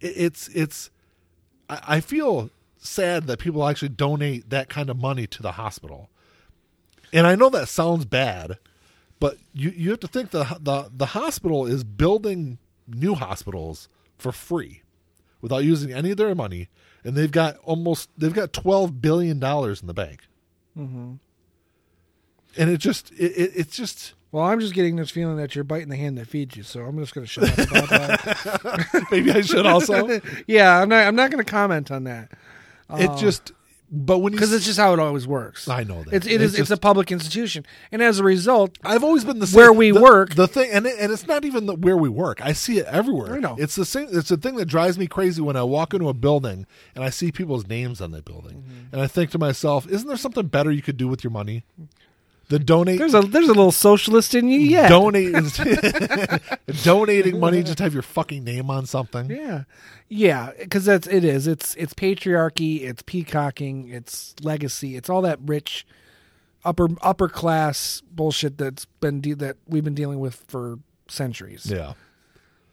It, it's it's I, I feel sad that people actually donate that kind of money to the hospital and I know that sounds bad, but you, you have to think the, the the hospital is building new hospitals for free, without using any of their money, and they've got almost they've got twelve billion dollars in the bank, mm-hmm. and it just it, it it's just Well, I'm just getting this feeling that you're biting the hand that feeds you, so I'm just going to shut up about that. maybe I should also it yeah, I'm not. I'm not going to comment on that just but when you because s- it's just how it always works. I know that It's it is it's a public institution, and as a result, I've always been the same. Where we the- work- the thing, and it, and it's not even the, where we work. I see it everywhere. I know. It's the same. It's the thing that drives me crazy when I walk into a building and I see people's names on that building, Mm-hmm. and I think to myself, "Isn't there something better you could do with your money than donate?" there's a there's a little socialist in you. Yeah, Donate, donating money just to have your fucking name on something. Yeah, yeah, because that's it is. It's it's patriarchy. It's peacocking. It's legacy. It's all that rich upper upper class bullshit that's been de- that we've been dealing with for centuries. Yeah.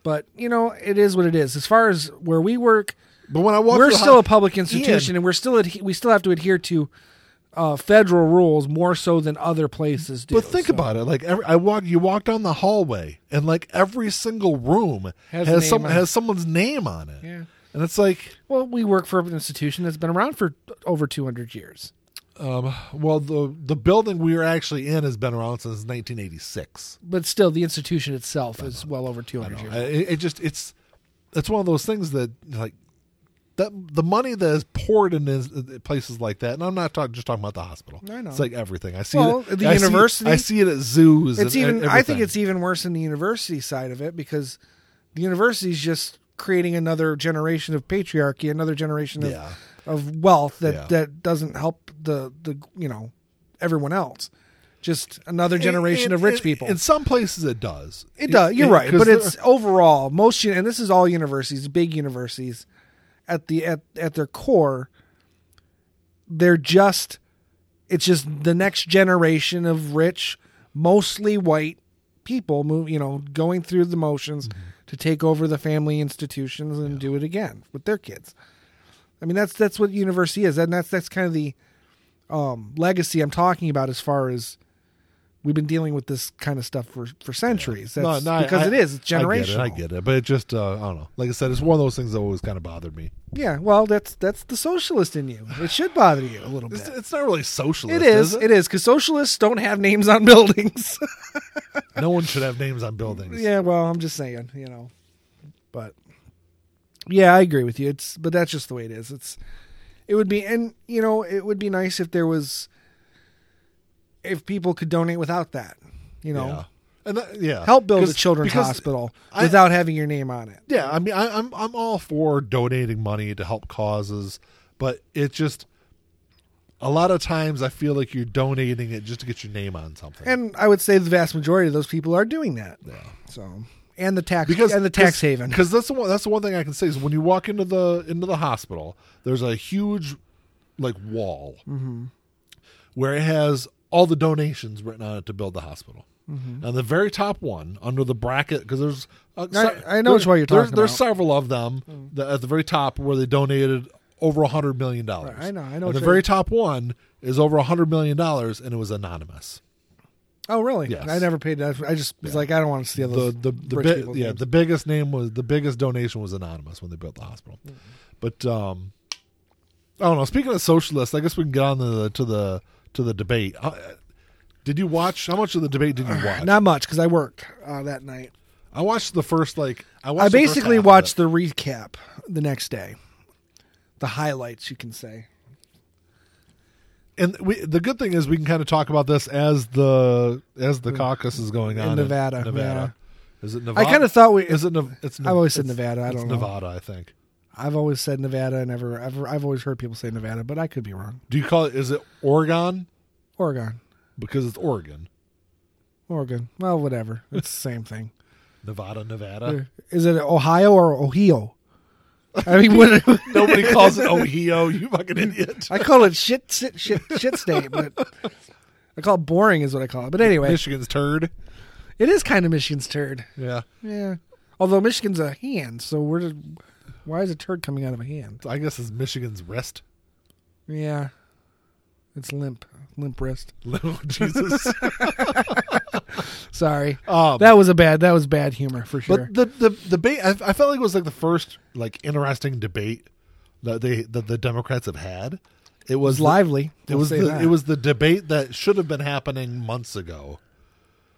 But you know, it is what it is. As far as where we work, But when I walk, we're through the still hos- a public institution, and we're still adhe- we still have to adhere to uh, federal rules more so than other places do. But think So- about it. Like every, I walk, you walk down the hallway, and like every single room has, Has a name some on it. has someone's name on it. Yeah. And it's like, well, we work for an institution that's been around for over two hundred years. Um, well, the the building we are actually in has been around since 1986. but still, the institution itself is well over 200 years. I- It, it just it's it's one of those things that like that the money that is poured in is, places like that, and I'm not talk, just talking about the hospital. I know. It's like everything. I see Well, it at the I see- university- I see it at zoos. It's and- even. and I think e-, everything. it's even worse in the university side of it because the university's just creating another generation of patriarchy, another generation of, Yeah. of wealth that Yeah. that doesn't help the the you know everyone else. Just another generation In- of in- rich people. In some places, it does. It does. You're it- right, 'cause but there- it's overall most, uni- and this is all universities, big universities, at the at at their core, they're just, it's just the next generation of rich, mostly white people move, you know, going through the motions to take over the family institutions and do it again with their kids. I mean, that's that's what university is, and that's that's kind of the um, legacy I'm talking about as far as. We've been dealing with this kind of stuff for, for centuries. No, That's no, I- because I- it is. It's I get it, generational. I get it, but it just uh, I don't know. Like I said, it's one of those things that always kind of bothered me. Yeah, well, that's that's the socialist in you. It should bother you a little bit. It's, it's not really socialist. It is. is it? It is because socialists don't have names on buildings. no one should have names on buildings. yeah, well, I'm just saying, you know, but yeah, I agree with you. It's but that's just the way it is. It's it would be, and you know, it would be nice if there was if people could donate without that. You know, Yeah. And that, yeah, help build a 'Cause- children's because- hospital I- without having your name on it. Yeah, I mean, I, I'm I'm all for donating money to help causes, but it just a lot of times I feel like you're donating it just to get your name on something. And I would say the vast majority of those people are doing that. yeah. So and the tax Because and the tax haven. Because that's the one. That's the one thing I can say is when you walk into the into the hospital, there's a huge like wall Mm-hmm. where it has all the donations written on it to build the hospital. And the very top one under the bracket, because there's uh, Mm-hmm. I know which one you're there's- talking There's about. Mm. several of them that at the very top where they donated over a hundred million dollars. Right, I know, I know And what the you're- very top one is over a hundred million dollars, and it was anonymous. Oh, really? Yes. I never paid that. I just was like, I don't want to see The those. the, the rich bi- people yeah names. the biggest name was the biggest donation was anonymous when they built the hospital, Mm-hmm. but um, I don't know. Speaking of socialists, I guess we can get on the to the to the debate. Uh, did you watch how much of the debate did you watch? Not much because I worked uh, that night. I watched the first like I watched. I the first basically half of it. watched the recap the next day, the highlights, you can say. and we, the good thing is we can kind of talk about this as the as the caucus is going on Mm. Nevada, Nevada, is it Nevada? I kind of thought we. is it. Nev- it's Nev- I've always said it's- Nevada. I it's don't know. Nevada. I think. I've always said Nevada, and ever, I've, I've always heard people say Nevada, but I could be wrong. Do you call it? Is it Oregon? Oregon, Because it's Oregon. Oregon. Well, whatever. It's the same thing. Nevada, Nevada. Is it Ohio or Ohio? I mean, what, Nobody calls it Ohio. You fucking idiot. I call it shit, shit, shit, shit state, but I call it boring is what I call it. But anyway, Michigan's turd. it is kind of Michigan's turd. Yeah. Yeah. Although Michigan's a hand, so where did why is a turd coming out of a hand? I guess it's Michigan's rest. Yeah. It's limp, limp wrist. Oh, Jesus. Sorry, Um, that was a bad. That was bad humor for sure. But the the debate, I, I felt like it was like the first like interesting debate that they that the Democrats have had. It was it's the- lively. It I'll was say the, that. it was the debate that should have been happening months ago.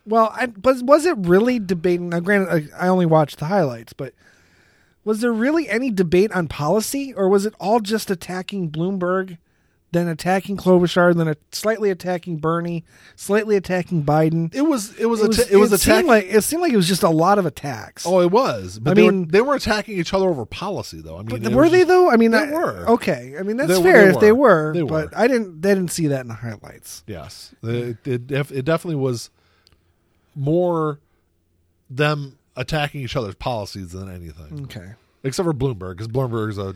well. I, but was it really debating? Now, granted, I, I only watched the highlights, but was there really any debate on policy, or was it all just attacking Bloomberg, then attacking Klobuchar, then a, slightly attacking Bernie, slightly attacking Biden? It was it was it was, it, seemed attacking. like it seemed like it was just a lot of attacks. oh, it was. But I they mean- were, they were attacking each other over policy, though. I mean, it were was they just- though? I mean, They I- were. Okay, I mean that's They- fair they if they were. were, They were. but I didn't. They didn't see that in the highlights. Yes, it it, def- it definitely was more them attacking each other's policies than anything, Okay. except for Bloomberg, because Bloomberg's a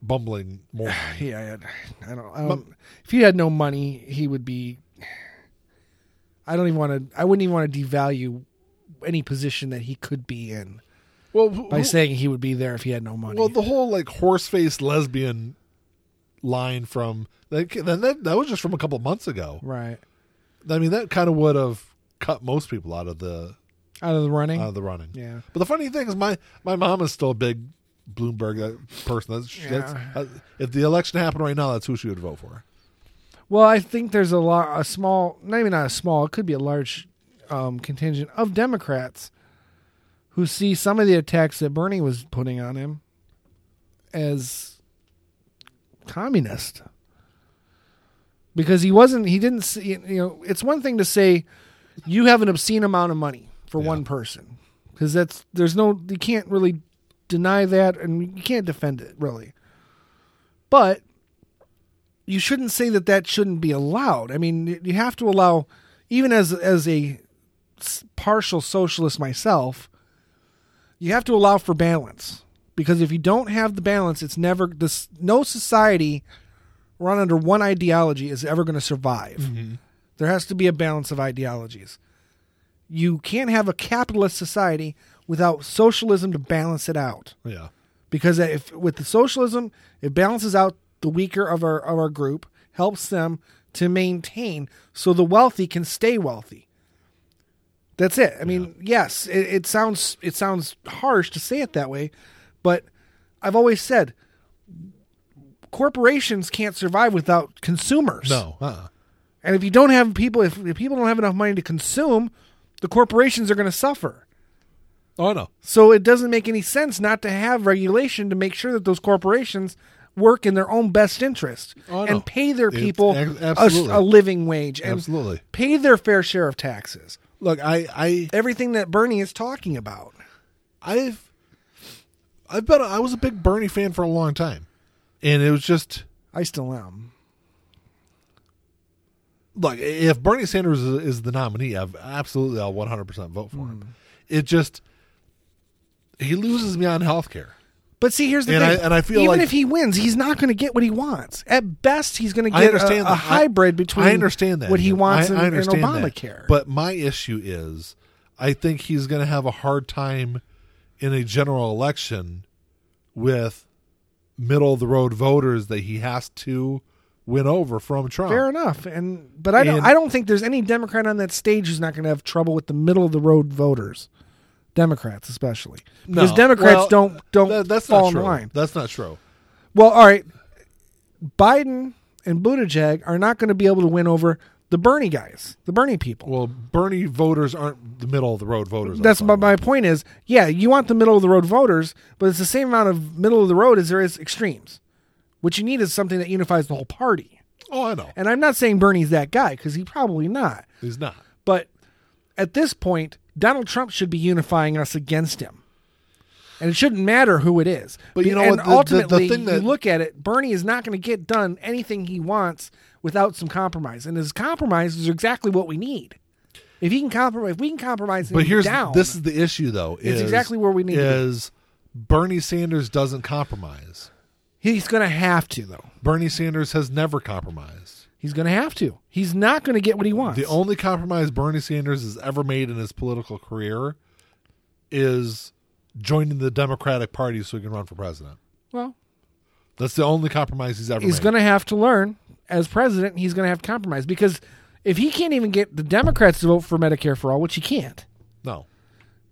bumbling moron. Yeah, I, had- I don't. I don't if he had no money, he would be. I don't even want to. I wouldn't even want to devalue any position that he could be in well, who- by who- saying he would be there if he had no money. Well, the whole like horse faced lesbian line from that, that that was just from a couple months ago. right I mean, that kind of would have cut most people out of the out of the running. out of the running. yeah. But the funny thing is, my my mom is still a big Bloomberg that person. That's, that's uh, if the election happened right now, that's who she would vote for. Well, I think there's a lot, a small, not even not a small, it could be a large um, contingent of Democrats who see some of the attacks that Bernie was putting on him as communist because he wasn't, he didn't see, you know, it's one thing to say you have an obscene amount of money for Yeah. one person because that's, there's no, you can't really deny that and you can't defend it really. But you shouldn't say that that shouldn't be allowed. I mean, you have to allow, even as as a s- partial socialist myself, you have to allow for balance because if you don't have the balance, it's never this. No society run under one ideology is ever going to survive. There has to be a balance of ideologies. You can't have a capitalist society without socialism to balance it out Yeah, because if with the socialism it balances out the weaker of our of our group helps them to maintain so the wealthy can stay wealthy that's it i mean yes it, it sounds it sounds harsh to say it that way but i've always said corporations can't survive without consumers no, uh-uh. and if you don't have people if, if people don't have enough money to consume the corporations are going to suffer oh no, so it doesn't make any sense not to have regulation to make sure that those corporations work in their own best interest Oh, no. and pay their It's- people ab- a s- absolutely. a, living wage and absolutely. pay their fair share of taxes. Look, I I Everything that Bernie is talking about. I've I've been I was a big Bernie fan for a long time, and it was just I still am. look, if Bernie Sanders is, is the nominee, I've absolutely I'll 100% vote for him. It just he loses me on healthcare. But see, here's the And thing. I- and I feel even like- if he wins, he's not going to get what he wants. At best, he's going to I get understand a, that. a hybrid between I understand that. what he Ian. wants I, and I understand that. Obamacare. But my issue is I think he's going to have a hard time in a general election with middle of the road voters that he has to win over from Trump. Fair enough, and but I don't. Oh. And- I don't think there's any Democrat on that stage who's not going to have trouble with the middle of the road voters, Democrats especially, because No. Democrats Well, don't don't that- that's fall not in true. line. That's not true. Well, all right, Biden and Buttigieg are not going to be able to win over the Bernie guys, the Bernie people. Well, Bernie voters aren't the middle of the road voters. I'm That's talking my, about. my point is, yeah, you want the middle of the road voters, but it's the same amount of middle of the road as there is extremes. What you need is something that unifies the whole party. Oh, I know. And I'm not saying Bernie's that guy because he probably not. He's not. But at this point, Donald Trump should be unifying us against him. And it shouldn't matter who it is. But you Be- know and what? The- the- the ultimately, thing that- you look at it, Bernie is not going to get done anything he wants without some compromise. And his compromises are exactly what we need. If he can compromise, if we can compromise him But here's down, this is the issue though. Is, exactly where we need to be. is Bernie Sanders doesn't compromise. he's going to have to though. Bernie Sanders has never compromised. He's going to have to. He's not going to get what he wants. The only compromise Bernie Sanders has ever made in his political career is joining the Democratic Party so he can run for president. well, That's the only compromise he's ever he's made. going to have to learn as president. He's going to have to compromise because if he can't even get the Democrats to vote for Medicare for all, which he can't, no.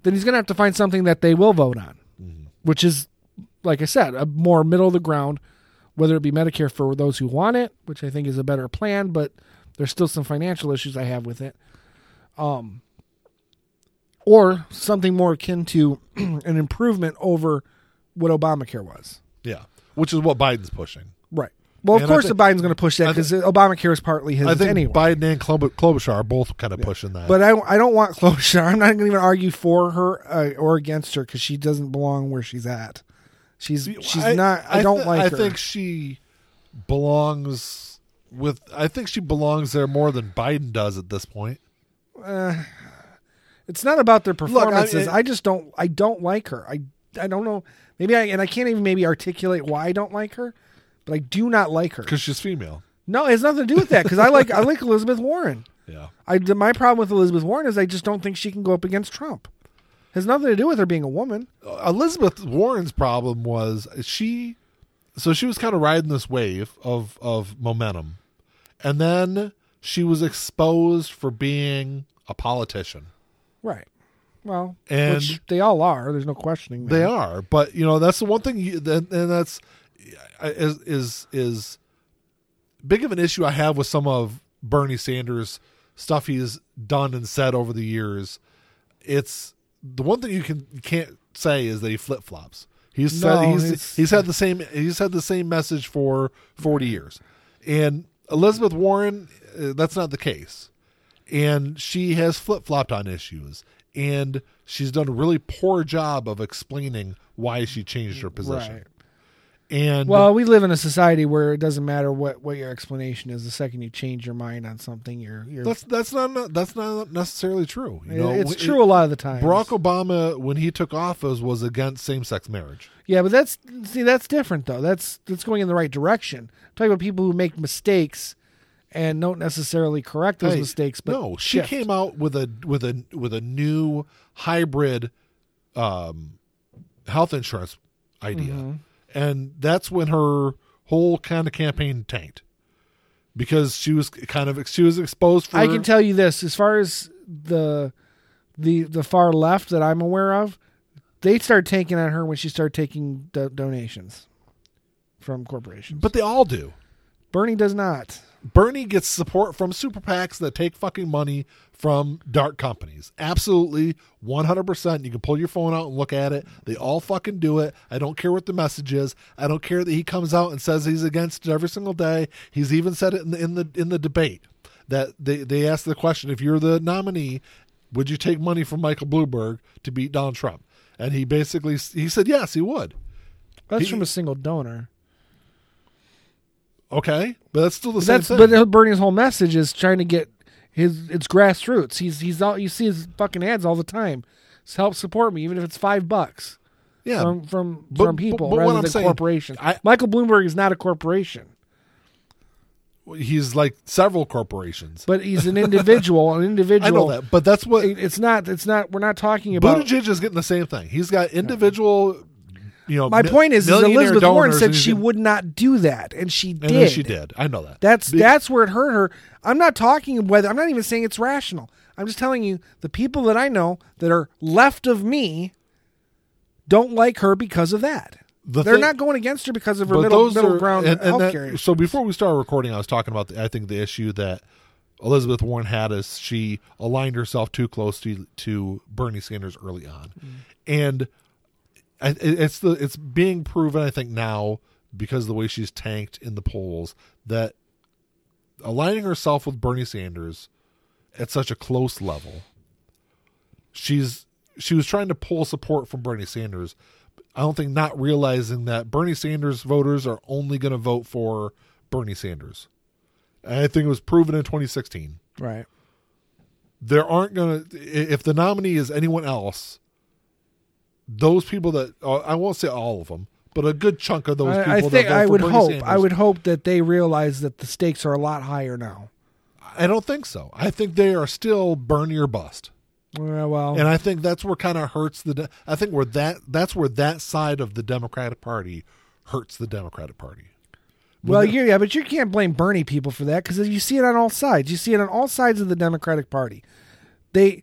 then he's going to have to find something that they will vote on, Mm-hmm. which is, like I said, a more middle of the ground, whether it be Medicare for those who want it, which I think is a better plan, but there's still some financial issues I have with it. Um, or something more akin to an improvement over what Obamacare was. Yeah. Which is what Biden's pushing. Right. Well, of And I course, think- the Biden's going to push that I think- because Obamacare is partly his I think anyway. Biden and Klobu- Klobuchar are both kind of pushing that. but I don't, I don't want closure. I'm not going to even argue for her uh, or against her because she doesn't belong where she's at. She's she's not. I, don't thi- like I her. think she belongs with. I think she belongs there more than Biden does at this point. it's not about their performances. it- I, just don't. I don't like her. I I don't know. Maybe I and I can't even maybe articulate why I don't like her, but I do not like her. because she's female. No, it has nothing to do with that because I like I like Elizabeth Warren. Yeah. I my problem with Elizabeth Warren is I just don't think she can go up against Trump. has nothing to do with her being a woman. Elizabeth Warren's problem was she, so she was kind of riding this wave of of momentum, and then she was exposed for being a politician. Right. Well, And- which they all are. There's no questioning. They that. are, but you know that's the one thing, you, and and that's is is is big of an issue I have with some of Bernie Sanders stuff he's done and said over the years. It's the one thing you can can't say is that he flip flops. He's said No, he's it's- he's had the same he's had the same message for forty years, and Elizabeth Warren, uh, that's not the case and she has flip flopped on issues, and she's done a really poor job of explaining why she changed her position. Right. And Well, we live in a society where it doesn't matter what, what your explanation is. The second you change your mind on something, you're you're. that's that's not that's not necessarily true. You know, it's It- true a lot of the time. Barack Obama, when he took office, was against same sex marriage. Yeah, but that's see that's different though. That's that's going in the right direction. I'm talking about people who make mistakes and don't necessarily correct those Hey, mistakes. But no, she shift. came out with a with a with a new hybrid um, health insurance idea, Mm-hmm. and that's when her whole kind of campaign tanked because she was kind of she was exposed for. I can tell you this: as far as the the the far left that I'm aware of, they started taking on her when she started taking do- donations from corporations. but they all do. Bernie does not. Bernie gets support from super PACs that take fucking money from dark companies. Absolutely, 100%. You can pull your phone out and look at it. They all fucking do it. I don't care what the message is. I don't care that he comes out and says he's against it every single day. He's even said it in the in the in the debate that they they asked the question, if you're the nominee, would you take money from Michael Bloomberg to beat Donald Trump? And he basically he said yes, he would. That's He- from a single donor. Okay, but that's still the same That's thing. but uh, Bernie's whole message is trying to get his it's grassroots. He's he's all you see his fucking ads all the time. Just help support me, even if it's five bucks yeah, from from But- from people but- but what rather I'm than saying, corporations. I- Michael Bloomberg is not a corporation, he's like several corporations. but he's an individual. an individual. I know that, but that's what It- It's not. It's not. We're not talking about. Buttigieg is getting the same thing. He's got individual you know, My mi- point is, is millionaire Elizabeth Warren donors said and he's she gonna- would not do that, and she did. and then she did. I know that. That's Be- that's where it hurt her. I'm not talking whether I'm not even saying it's rational. I'm just telling you the people that I know that are left of me don't like her because of that. The They're thing- not going against her because of her but middle, those middle are- ground and- and health that- care. So before we started recording, I was talking about the, I think the issue that Elizabeth Warren had is she aligned herself too close to to Bernie Sanders early on, Mm. and I, it- it's the it's being proven I think now because of the way she's tanked in the polls that aligning herself with Bernie Sanders at such a close level. She's she was trying to pull support from Bernie Sanders. I don't think not realizing that Bernie Sanders voters are only going to vote for Bernie Sanders. And I think it was proven in 2016. Right. There aren't going to if the nominee is anyone else, those people that uh, I won't say all of them, but a good chunk of those people I, I that think vote I for would Bernie hope Sanders, I would hope that they realize that the stakes are a lot higher now. I don't think so. I think they are still Bernie or bust. Well, Uh, well, and I think that's where kind of hurts the. de- I think where that that's where that side of the Democratic Party hurts the Democratic Party. well you, yeah, but you can't blame Bernie people for that because you see it on all sides. You see it on all sides of the Democratic Party. They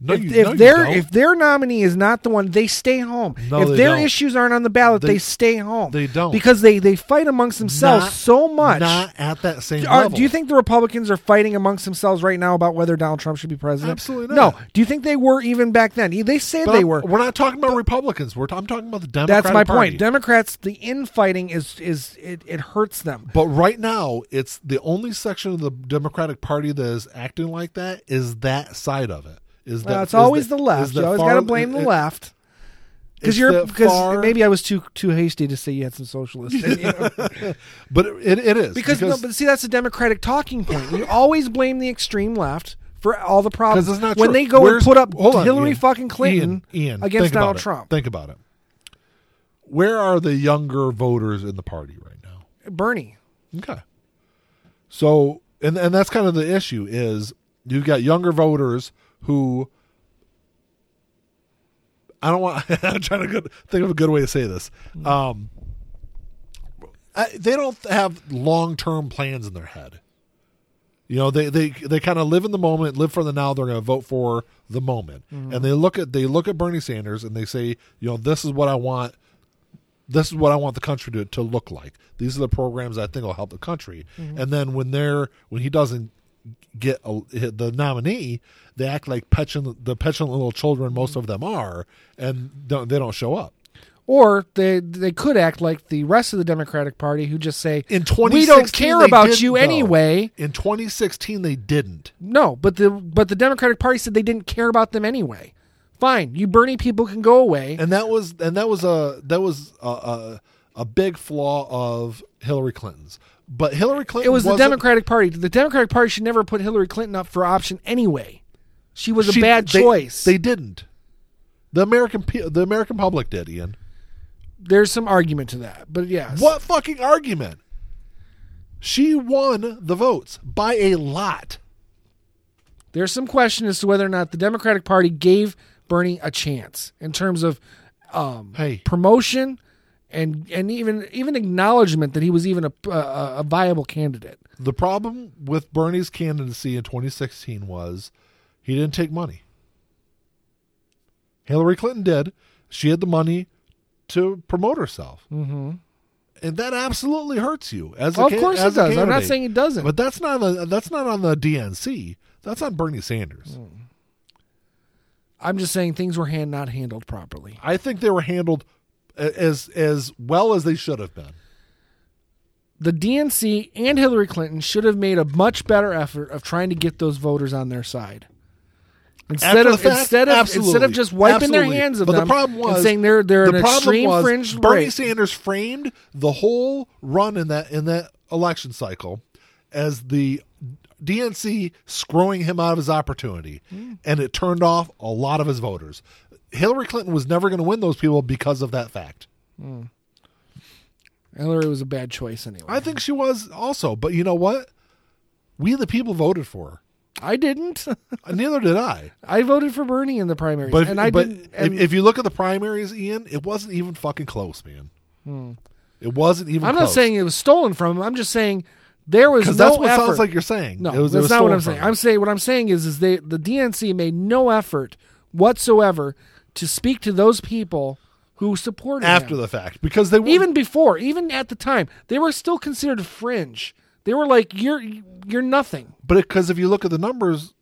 No, if, you, if no, you their don't. if their nominee is not the one, they stay home. No, if they their don't. issues aren't on the ballot, they, They- stay home. they don't. because they they fight amongst themselves Not- so much. not at that same Are- level. do you think the Republicans are fighting amongst themselves right now about whether Donald Trump should be president? Absolutely No. not. Do you think they were even back then? They said But they I'm- were. We're not talking about Republicans. We're I'm talking about the Democratic. That's my Party. point. Democrats, the infighting is is it, it hurts them. But right now, it's the only section of the Democratic Party that is acting like that is that side of it. Is that Well, it's is always the, the left. is You always far- got to blame the it- left. Because it's you're the because far- maybe I was too too hasty to say you had some socialists. in you. But it, it is because, no, but see that's a democratic talking point. You always blame the extreme left for all the problems. 'Cause it's not when true. they go Where's- and put up hold on, Hillary Ian. fucking Clinton Ian, Ian, against think about Donald it. Trump. Think about it. Where are the younger voters in the party right now? Bernie. Okay. So, and and that's kind of the issue is you've got younger voters who I don't want. I'm trying to good, think of a good way to say this. Um, I, they don't have long term plans in their head. You know, they they they kind of live in the moment, live for the now. They're going to vote for the moment, and they look at they look at Bernie Sanders and they say, you know, this is what I want. This is what I want the country to, to look like. These are the programs I think will help the country. Mm-hmm. And then when they're when he doesn't get a, hit the nominee, they act like petulant, the petulant little children. Mm-hmm. Most of them are, and don't, they don't show up. Or they they could act like the rest of the Democratic Party who just say In 2016, we don't care they about didn't, you though. anyway. In 2016, they didn't. No, but the but the Democratic Party said they didn't care about them anyway. Fine, you Bernie people can go away. and that was and that was a that was a a, a big flaw of Hillary Clinton's. But Hillary Clinton It was the wasn't- Democratic Party. The Democratic Party should never put Hillary Clinton up for option anyway. She was a she- bad they- choice. They didn't. The American pe- the American public did, Ian. There's some argument to that, but yes. What fucking argument? She won the votes by a lot. There's some question as to whether or not the Democratic Party gave Bernie a chance in terms of um, Hey. promotion and and even even acknowledgement that he was even a, a, a viable candidate. The problem with Bernie's candidacy in 2016 was he didn't take money. Hillary Clinton did. She had the money to promote herself. Mm-hmm. And that absolutely hurts you as a Well, of can- course it as a does. I'm not candidate. saying it doesn't. But that's not a, that's not on the DNC. That's on Bernie Sanders. Mm. I'm just saying things were hand not handled properly. I think they were handled a- as as well as they should have been. the DNC and Hillary Clinton should have made a much better effort of trying to get those voters on their side. Instead After of the fact, instead of instead of absolutely. just wiping Absolutely. their hands of but them the problem was and saying they're they're the an problem extreme was fringe Bernie race. Sanders framed the whole run in that in that election cycle as the DNC screwing him out of his opportunity, Hmm. and it turned off a lot of his voters. Hillary Clinton was never going to win those people because of that fact. Hillary was a bad choice anyway. I think she was also, but you know what? We the people voted for her. I didn't. Neither did I. I voted for Bernie in the primaries, But if, and I but didn't. if- and if you look at the primaries, Ian, it wasn't even fucking close, man. It wasn't even. Hmm. I'm not close. saying it was stolen from him. I'm just saying there was no because that's what effort. sounds like you're saying. No, It was- it that's was not what stolen I'm from saying. him. I'm saying what I'm saying is is they the DNC made no effort whatsoever to speak to those people who supported him. after the fact because they were even before, even at the time, they were still considered fringe. They were like you're you're nothing. but because if you look at the numbers,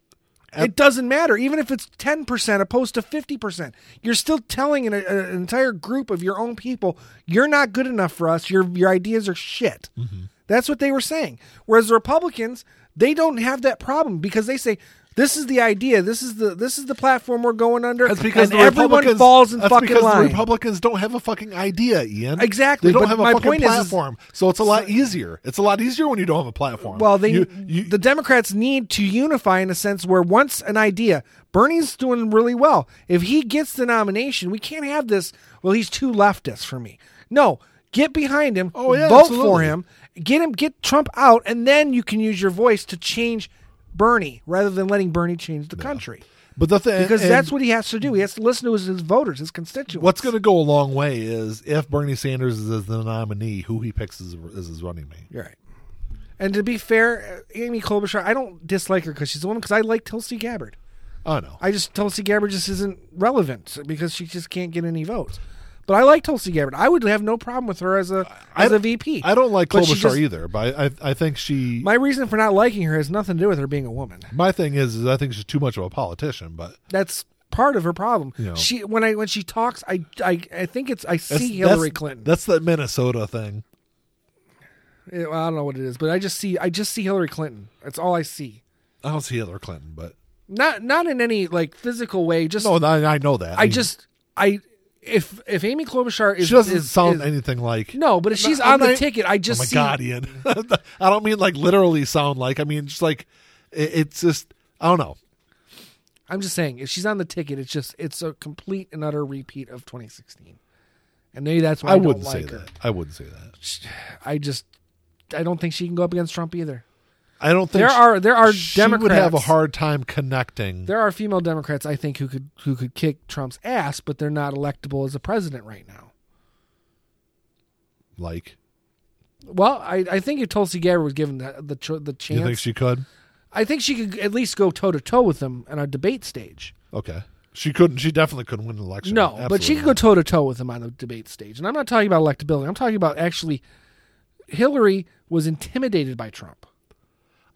At- it doesn't matter even if it's 10% opposed to 50%. You're still telling an, an entire group of your own people you're not good enough for us. Your your ideas are shit. Mm-hmm. That's what they were saying. Whereas the Republicans, they don't have that problem because they say this is the idea. This is the this is the platform we're going under. that's because and the everyone Republicans- falls in that's fucking because The line. Republicans don't have a fucking idea, Ian. Exactly, They don't but have a my fucking point is- is- platform, so it's a lot easier. It's a lot easier when you don't have a platform. Well, they You- you- the Democrats need to unify in a sense where once an idea, Bernie's doing really well. If he gets the nomination, we can't have this. Well, he's too leftist for me. No, get behind him. Oh, yeah, vote for absolutely. him. Get him. Get Trump out, and then you can use your voice to change Bernie rather than letting Bernie change the country. but the thing Because and that's what he has to do. He has to listen to his, his voters, his constituents. what's going to go a long way is if Bernie Sanders is the nominee, who he picks as, as his running mate. You're right. And to be fair, Amy Klobuchar, I don't dislike her because she's the woman. Because I like Tulsi Gabbard. Oh no, I just Tulsi Gabbard just isn't relevant because she just can't get any votes. But I like Tulsi Gabbard. I would have no problem with her as a I- as a VP. I don't like But she Klobuchar just- either, but I, I I think she my, My reason for not liking her has nothing to do with her being a woman. thing is, is I think she's too much of a politician, but That's part of her problem. Yeah. She when I when she talks, I I, I think it's I that's- see Hillary that's- Clinton. That's the Minnesota thing. Eh, well, I don't know what it is, but I just see I just see Hillary Clinton. That's all I see. I don't see Hillary Clinton, but Not not in any like physical way. Just no, I, I know that. I mean, just I if if Amy Klobuchar is she doesn't is- sound is- anything like. no, but if she's I'm on the not- ticket, I oh just my see god, Ian! I don't mean like literally sound like. I mean just like it, it's just I don't know. I'm just saying, if she's on the ticket, it's just it's a complete and utter repeat of 2016, and maybe that's why I, I don't wouldn't like say her. that. I wouldn't say that. I just I don't think she can go up against Trump either. I don't think There she- are there are she Democrats. would have a hard time connecting. there are female Democrats I think who could who could kick Trump's ass, but they're not electable as a president right now. like, Well, I, I think if Tulsi Gabbard was given the the, cho- the do chance, you think she could? I think she could at least go toe to toe with him on a debate stage. Okay, she couldn't. She definitely couldn't win an election. No, but she Absolutely could go toe to toe with him on the debate stage. And I'm not talking about electability. I'm talking about actually Hillary was intimidated by Trump.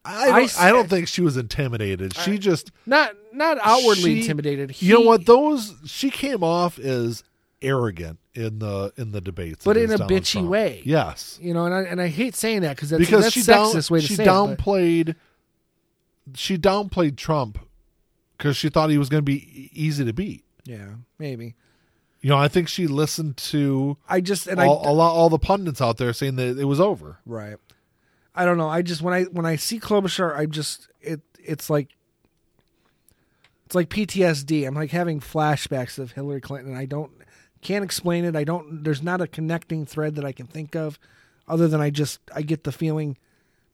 I don't, I, s- don't think she was intimidated. She just Not not outwardly she- intimidated. you know He- what? Those she came off as arrogant in the in the debates, But in against a Donald bitchy Trump. way. Yes, You know, and I and I hate saying that because that's, because that's she sexist down, way to she say it. but- downplayed she downplayed Trump because she thought he was going to be e- easy to beat. yeah, maybe. You know, I think she listened to I just and all, I a lot all the pundits out there saying that it was over. right. I don't know. I just when I when I see Klobuchar, I just it it's like it's like PTSD. I'm like having flashbacks of Hillary Clinton. I don't can't explain it. I don't there's not a connecting thread that I can think of other than I just I get the feeling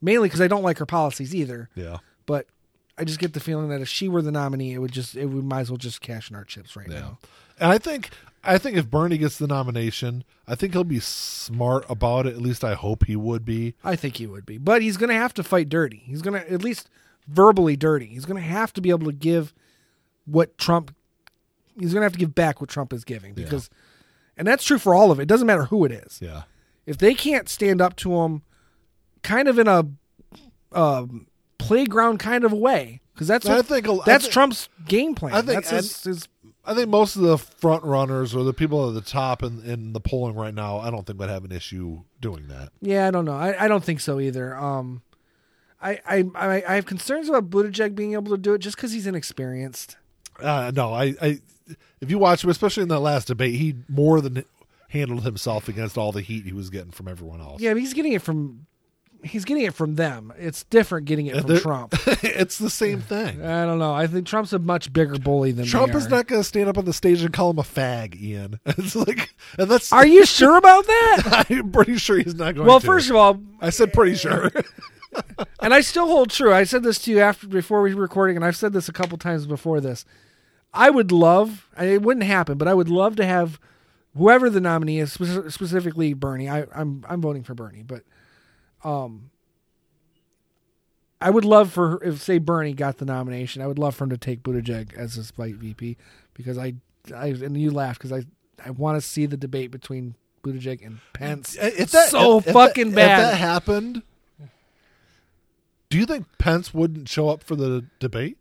mainly cuz I don't like her policies either. Yeah, but I just get the feeling that if she were the nominee, it would just it we might as well just cash in our chips right now. and I think. I think if Bernie gets the nomination, I think he'll be smart about it. At least I hope he would be. I think he would be, but he's going to have to fight dirty. He's going to at least verbally dirty. He's going to have to be able to give what Trump. He's going to have to give back what Trump is giving because, and that's true for all of it. It doesn't matter who it is. Yeah. If they can't stand up to him, kind of in a um, playground kind of a way, because that's I what- think a- I that's think- Trump's game plan. I think- that's his, his I think most of the front runners or the people at the top in, in the polling right now, I don't think would have an issue doing that. Yeah, I don't know. I, I don't think so either. Um, I, I I I have concerns about Buttigieg being able to do it just because he's inexperienced. Uh, no, I, I, if you watch him, especially in that last debate, he more than handled himself against all the heat he was getting from everyone else. Yeah, but he's getting it from he's getting it from them. It's different getting it from Uh, They're- Trump. it's the same thing. I don't know. I think Trump's a much bigger bully than Trump they is are. not going to stand up on the stage and call him a fag, Ian. It's like, and that's Are you sure about that? I'm pretty sure he's not going. well, to. first of all, I said pretty sure. and I still hold true. I said this to you after before we were recording, and I've said this a couple times before this. I would love, and it wouldn't happen, but I would love to have whoever the nominee is, spe- specifically Bernie. I, I'm I'm voting for Bernie, but um, I would love for if say Bernie got the nomination, I would love for him to take Buttigieg as his vice VP because I, I and you laugh because I I want to see the debate between Buttigieg and Pence. If that, so if- if that- fucking If that bad. happened, do you think Pence wouldn't show up for the debate?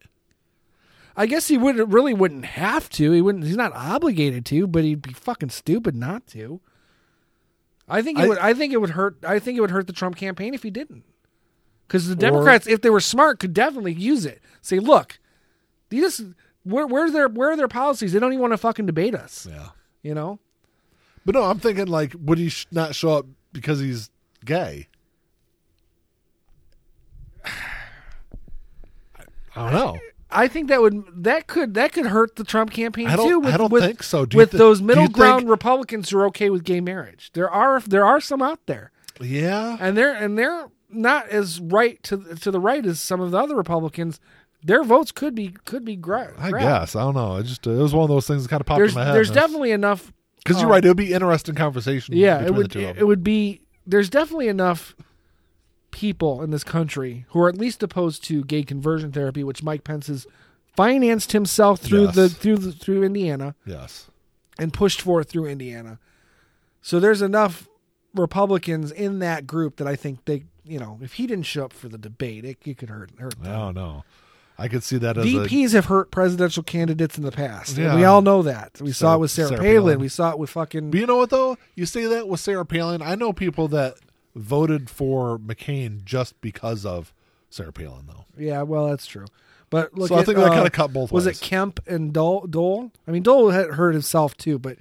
I guess he would really wouldn't have to. He wouldn't. He's not obligated to, but he'd be fucking stupid not to. I think it I- would. I think it would hurt. I think it would hurt the Trump campaign if he didn't. Because the Democrats, if they were smart, could definitely use it. Say, look, these where, where's their where are their policies? They don't even want to fucking debate us. Yeah. You know? But no, I'm thinking like, would he sh- not show up because he's gay? I don't know. I think that would that could that could hurt the Trump campaign I don't- too. With, I don't with- think so. Do you with thi- those do you middle think- ground Republicans who are okay with gay marriage, there are there are some out there. Yeah. and they're and they're not as right to to the right as some of the other Republicans. Their votes could be could be gra- I grabbed. guess. I don't know. It just, uh, it was one of those things that kind of popped There's in my head. there's definitely enough. Because you're uh, right. It would be interesting conversation. Yeah, Between it would The two of it them. would be there's definitely enough people in this country who are at least opposed to gay conversion therapy, which Mike Pence has financed himself through Yes. the through the, through Indiana yes. and pushed for through Indiana. So there's enough Republicans in that group that I think they you know if he didn't show up for the debate, it, it could hurt hurt. I them. don't know. I could see that as a. VPs have hurt presidential candidates in the past. and Yeah. we all know that. We saw Sarah- it with Sarah, Sarah Palin. Palin. We saw it with fucking. But you know what though? You say that with Sarah Palin. I know people that voted for McCain just because of Sarah Palin, though. Yeah, well, that's true. But look, So I at, think that uh, kinda cut both Was ways. it Kemp and Dole? Dole? I mean, Dole had hurt himself too, but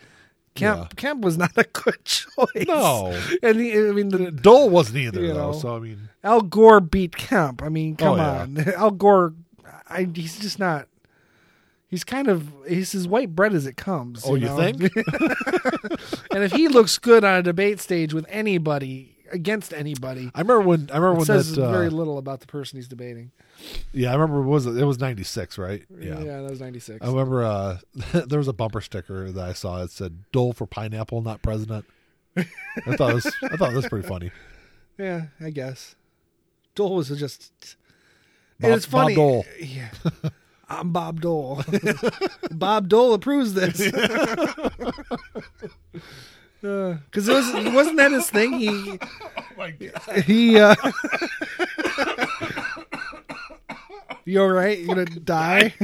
Kemp Yeah. Kemp was not a good choice. No. and the, I mean, the, Dole wasn't either, You though. know. So I mean, Al Gore beat Kemp. I mean, come Oh, yeah. on, Al Gore. I, he's just not. He's kind of he's as white bread as it comes. oh, you, know? think? And if he looks good on a debate stage with anybody against anybody, I remember when I remember it when says that. uh, very little about the person he's debating. yeah, I remember what was it? It was '96, right? Yeah, that was ninety six. I remember uh, there was a bumper sticker that I saw. It said "Dole for pineapple, not president." I thought it was, I thought this was pretty funny. yeah, I guess. Dole was just. Bob- it's funny. Bob Dole. Yeah. I'm Bob Dole. Bob Dole approves this. Because Uh, it was, wasn't that his thing? He he. Uh, you all right? You gonna die?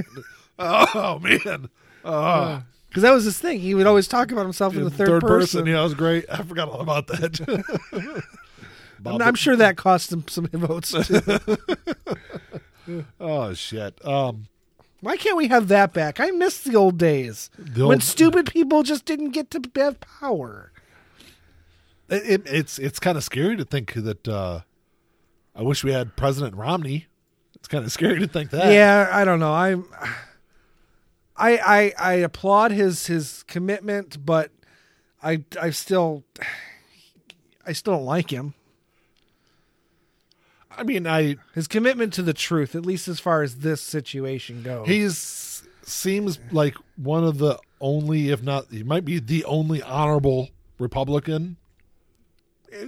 Oh man, oh, Because that was his thing. He would always talk about himself in the third, person. Yeah, that was great. I forgot all about that. I'm, I'm sure that cost him some votes. too. Oh shit. Um, Why can't we have that back? I miss the old days old- when stupid people just didn't get to have power. it, it- it's it's kind of scary to think that. Uh, I wish we had President Romney. It's kind of scary to think that. yeah, I don't know. I'm, I I I applaud his his commitment, but I I still I still don't like him. I mean, I His commitment to the truth, at least as far as this situation goes. He's seems like one of the only, if not, he might be the only honorable Republican.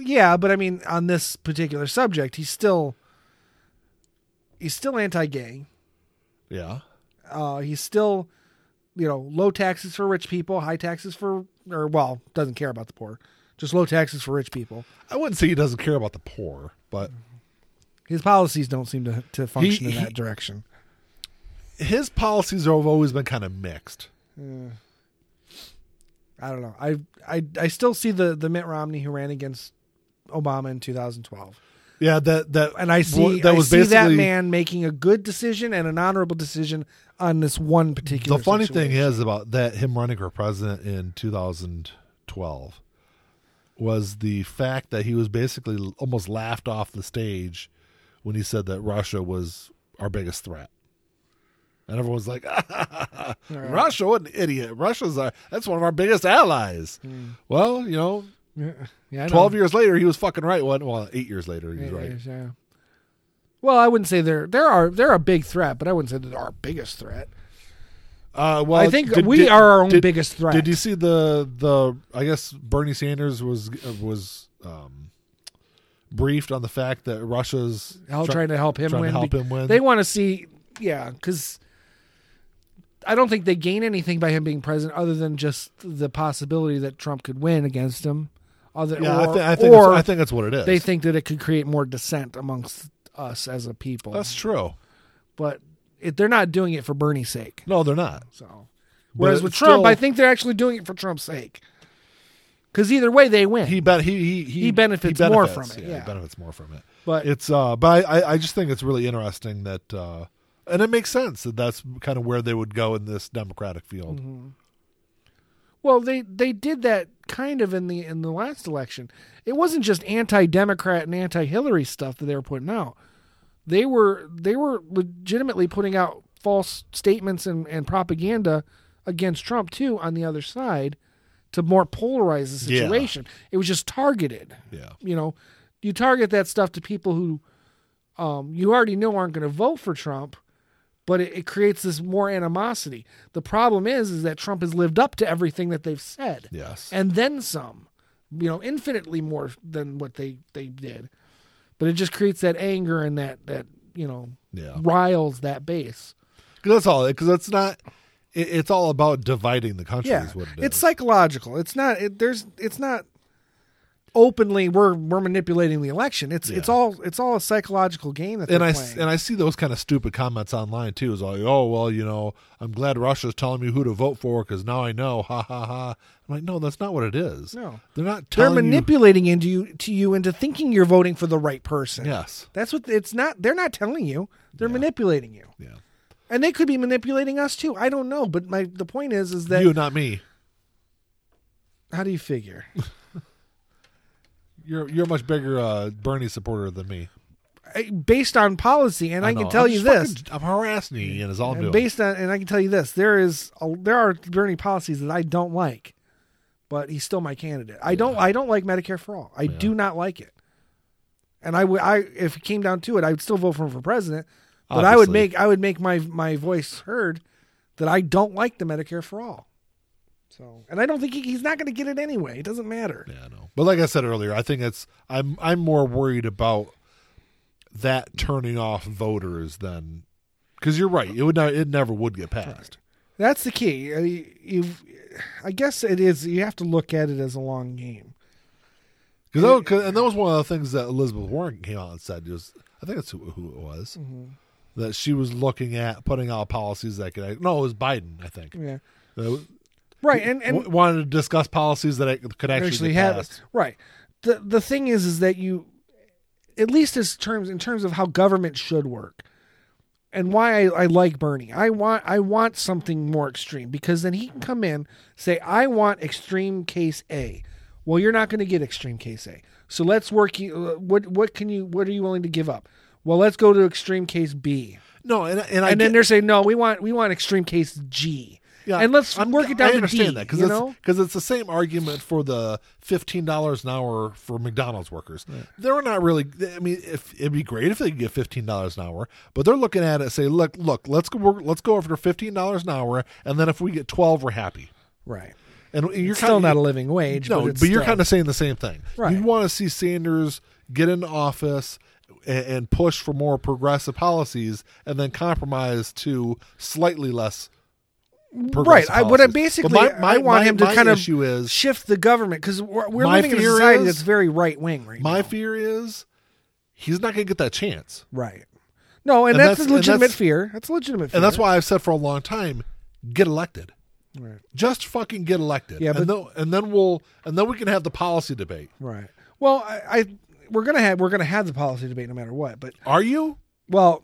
yeah, but I mean, on this particular subject, he's still he's still anti-gay. Yeah, Uh, he's still, you know, low taxes for rich people, high taxes for, or well, doesn't care about the poor, just low taxes for rich people. I wouldn't say he doesn't care about the poor, but His policies don't seem to, to function in he- that direction. his policies have always been kind of mixed. I don't know. I I I still see the the Mitt Romney who ran against Obama in 2012, Yeah, that that and I see that I was see that basically man making a good decision and an honorable decision on this one particular. the funny situation. thing is about that him running for president in 2012 was the fact that he was basically almost laughed off the stage when he said that Russia was our biggest threat. And everyone's like, Russia, what an idiot. Russia's our, that's one of our biggest allies. Hmm. Well, you know, yeah, I know. um, 12 years later, he was fucking right. Well, well, eight years later, he was right. Yeah. Well, I wouldn't say they're there are they're a big threat, but I wouldn't say they're our biggest threat. Uh, well, I think we are our own biggest threat. Did you see the the? I guess Bernie Sanders was uh, was um, briefed on the fact that Russia's Hell, try- trying to help him trying win. to help be- him win. They want to see, yeah, because I don't think they gain anything by him being president, other than just the possibility that Trump could win against him. Other, yeah, or, I, thi- I think or that's, I think that's what it is. they think that it could create more dissent amongst us as a people. that's true. but it, they're not doing it for Bernie's sake. No, they're not. So, whereas But with it's Trump, still- I think they're actually doing it for Trump's sake. Because either way, they win. he bet he he he, He benefits more from it, yeah. he benefits more from it. But- it's uh, but I, I I just think it's really interesting that uh, and it makes sense that that's kind of where they would go in this Democratic field. Mm-hmm. Well, they they did that kind of in the in the last election. It wasn't just anti-democrat and anti-Hillary stuff that they were putting out. They were they were legitimately putting out false statements and, and propaganda against Trump too on the other side to more polarize the Yeah. situation. It was just targeted. Yeah, You know, you target that stuff to people who um, you already know aren't going to vote for Trump, but it, it creates this more animosity. The problem is, is that Trump has lived up to everything that they've said, yes, and then some. You know, infinitely more than what they they did, but it just creates that anger and that that you know yeah. riles that base. Because that's all. Because it's not. It, it's all about dividing the country. Yeah, is what it is. it's psychological. It's not. It, there's. It's not openly we're we're manipulating the election. It's it's Yeah. all it's all a psychological game that and they're I playing. and I see those kind of stupid comments online too. It's like, oh well, you know, I'm glad Russia's telling me who to vote for because now I know. Ha ha ha. I'm like, no, that's not what it is. No. they're not they're telling you. manipulating into you to you into thinking you're voting for the right person. Yes. That's what it's not. They're not telling you. They're manipulating you, Yeah. and they could be manipulating us too. I don't know, but my the point is, is that you, not me. how do you figure? You're you're a much bigger uh, Bernie supporter than me. I- based on policy, and I, know. can tell I'm you just this. fucking- I'm harassing you, and it's all I'm and doing. based on and I can tell you this there is a, there are Bernie policies that I don't like but he's still my candidate. I don't I don't like Medicare for all. I do not like it. And I would I if it came down to it I would still vote for him for president but I would Obviously. make I would make my my voice heard that I don't like the Medicare for all. So and I don't think he, he's not going to get it anyway. It doesn't matter. yeah, I know. But like I said earlier, I think it's I'm I'm more worried about that turning off voters than because you're right. It would not. It never would get passed. That's the key. I mean, you I guess it is you have to look at it as a long game. Cause that, was- 'cause- and that was one of the things that Elizabeth Warren came out and said. Just, I think that's who, who it was. Mm-hmm. That she was looking at putting out policies that could. No, it was Biden. I think Yeah. That Right Mm. and and w- wanted to discuss policies that ac- could actually, actually get have passed. it. Right. The the thing is is that you at least as terms in terms of how government should work and why I, I like Bernie. I want I want something more extreme because then he can come in, say, I want extreme case A. Well, you're not going to get extreme case A. So let's work you uh, what what can you what are you willing to give up? Well, let's go to extreme case B. No, and and, I And get- then they're saying, "No, we want we want extreme case G." Yeah, and let's I'm- work it down I understand to D, that because you it's know? because it's the same argument for the fifteen dollars an hour for McDonald's workers. They're not really. I mean, if it'd be great if they could get fifteen dollars an hour, but they're looking at it and say, look, look, let's go work, let's go after fifteen dollars an hour, and then if we get twelve, we're happy. Right. And you're It's still kinda- not a living wage. No, but, but, it's you're still- kind of saying the same thing. Right. You want to see Sanders get into office and, and push for more progressive policies, and then compromise to slightly less. progressive right. I, what I policies. But basically my- I my- want my- him to my kind of issue is shift the government because we're, we're My living in a fear society is- that's very right wing right My now. fear is he's not going to get that chance. Right. No, and, And that's, that's- a and legitimate that's- fear. That's a legitimate fear. And that's why I've said for a long time get elected. Right. Just fucking get elected. Yeah, but- and, then, and then we'll and then we can have the policy debate. Right. Well, I, I we're gonna have we're gonna have the policy debate no matter what. But Are you? well,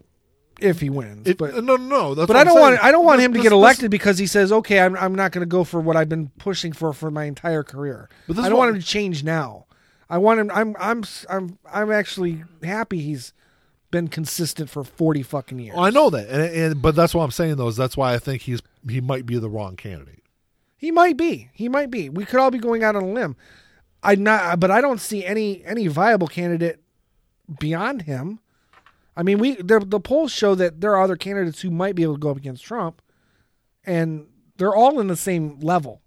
if he wins, It- but no, no, no. That's but what I I'm don't saying. want I don't want This- him to this- get this- elected because he says, okay, I'm I'm not going to go for what I've been pushing for for my entire career. But this I is don't what- want him to change now. I want him. I'm I'm s- I'm I'm actually happy he's been consistent for forty fucking years. I know that, and, and but that's what I'm saying though. Is that's why I think he's he might be the wrong candidate. He might be. He might be. We could all be going out on a limb. I not, but I don't see any any viable candidate beyond him. I mean, we the, the polls show that there are other candidates who might be able to go up against Trump, and they're all in the same level.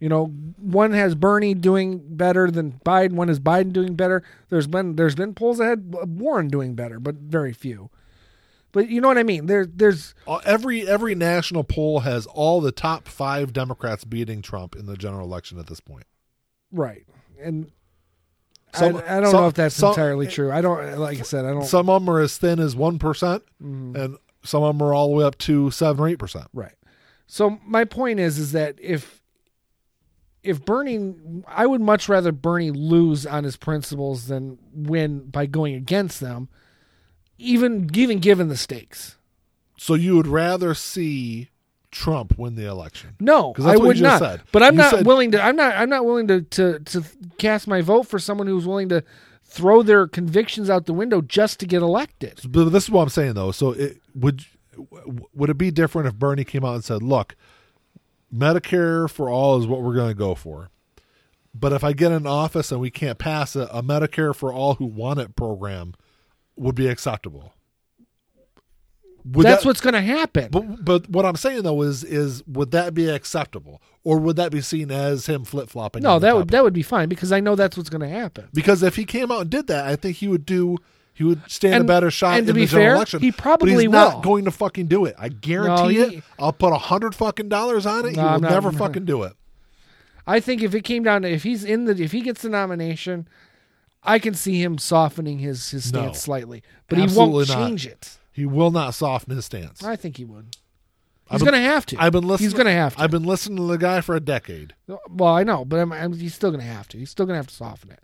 You know, one has Bernie doing better than Biden. One is Biden doing better. There's been there's been polls that had Warren doing better, but very few. But you know what I mean. There there's Uh, Every every national poll has all the top five Democrats beating Trump in the general election at this point. right, and Some- I, I don't some- know if that's some- entirely true. I don't like I said I don't Some of them are as thin as one and some of them are all the way up to seven or eight percent. Right. So my point is is that if if Bernie I would much rather Bernie lose on his principles than win by going against them, even even given the stakes. So you would rather see Trump win the election? No, 'Cause I that's what would you just not. said. But I'm You not said- willing to I'm not I'm not willing to, to to cast my vote for someone who's willing to throw their convictions out the window just to get elected. But this is what I'm saying though. So it would would it be different if Bernie came out and said, "Look, Medicare for all is what we're going to go for." But if I get in office and we can't pass it, a Medicare for all who want it program would be acceptable. Would That's that- what's going to happen. But but what I'm saying though is is would that be acceptable or would that be seen as him flip flopping? no, that would that would be fine because I know that's what's going to happen. because if he came out and did that, I think he would do he would stand And- a better shot and to in be the general fair, election. he probably but he's not will. going to fucking do it. I guarantee No, it. he- I'll put a hundred fucking dollars on it. No, he will I'm not- never fucking do it. I think if it came down to if he's in the if he gets the nomination, I can see him softening his his No. stance slightly, but Absolutely he won't not. change it. He will not soften his stance. I think he would. I've He's been- gonna have to. I've been listening. He's gonna have to. I've been listening to the guy for a decade. well, I know, but I'm, I'm, he's still gonna have to. He's still gonna have to soften it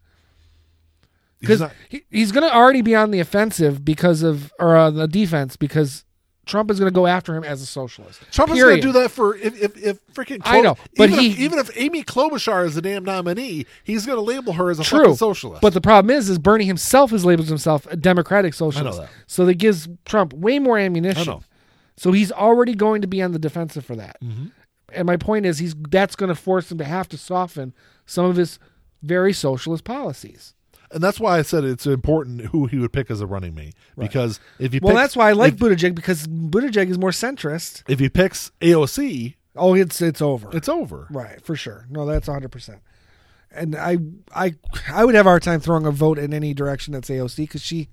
He's because not- he, he's gonna already be on the offensive because of or uh, the defense because Trump is gonna go after him as a socialist. Trump is going Period. to do that for if if, if freaking I know, but even if, he- even if Amy Klobuchar is the damn nominee, he's going to label her as a True, fucking socialist. But the problem is, is Bernie himself has labeled himself a Democratic socialist. that. So that gives Trump way more ammunition. I know. So he's already going to be on the defensive for that. And my point is, he's that's going to force him to have to soften some of his very socialist policies. and that's why I said it's important who he would pick as a running mate because if he Well, picks, that's why I like Buttigieg because Buttigieg is more centrist. if he picks AOC, Oh, it's it's over. it's over. Right, for sure. No, that's 100%. And I I I would have a hard time throwing a vote in any direction that's AOC cuz she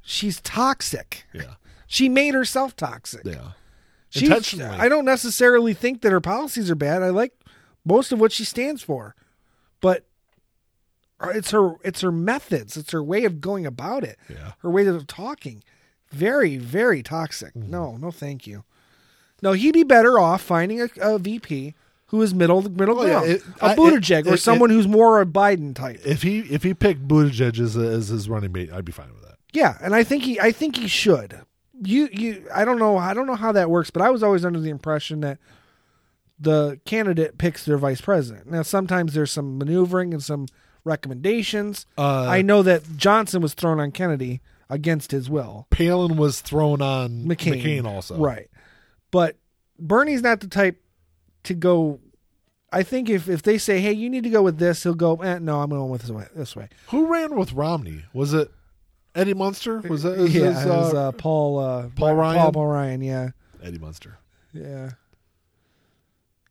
she's toxic. Yeah. She made herself toxic. Yeah. She, Intentionally. I don't necessarily think that her policies are bad. I like most of what she stands for, but it's her it's her methods, it's her way of going about it, Yeah. her way of talking. Very, very toxic. Mm-hmm. No, no, thank you. No, he'd be better off finding a, a VP who is middle middle Well, Oh, yeah, ground, it- a I- it- Buttigieg or it- someone who's more a Biden type. If he if he picked Buttigieg as, as his running mate, I'd be fine with that. Yeah, and I think he I think he should. You you I don't know I don't know how that works, but I was always under the impression that the candidate picks their vice president. Now sometimes there's some maneuvering and some recommendations. Uh, I know that Johnson was thrown on Kennedy against his will. Palin was thrown on McCain, McCain, also. Right. But Bernie's not the type to go I think if, if they say, "Hey, you need to go with this," he'll go, eh, "No, I'm going with this way." This way. Who ran with Romney? Was it Eddie Munster? Was that yeah, his, it was, uh, uh, Paul uh, Paul Paul, Ryan? Paul Ryan, yeah. Eddie Munster? Yeah.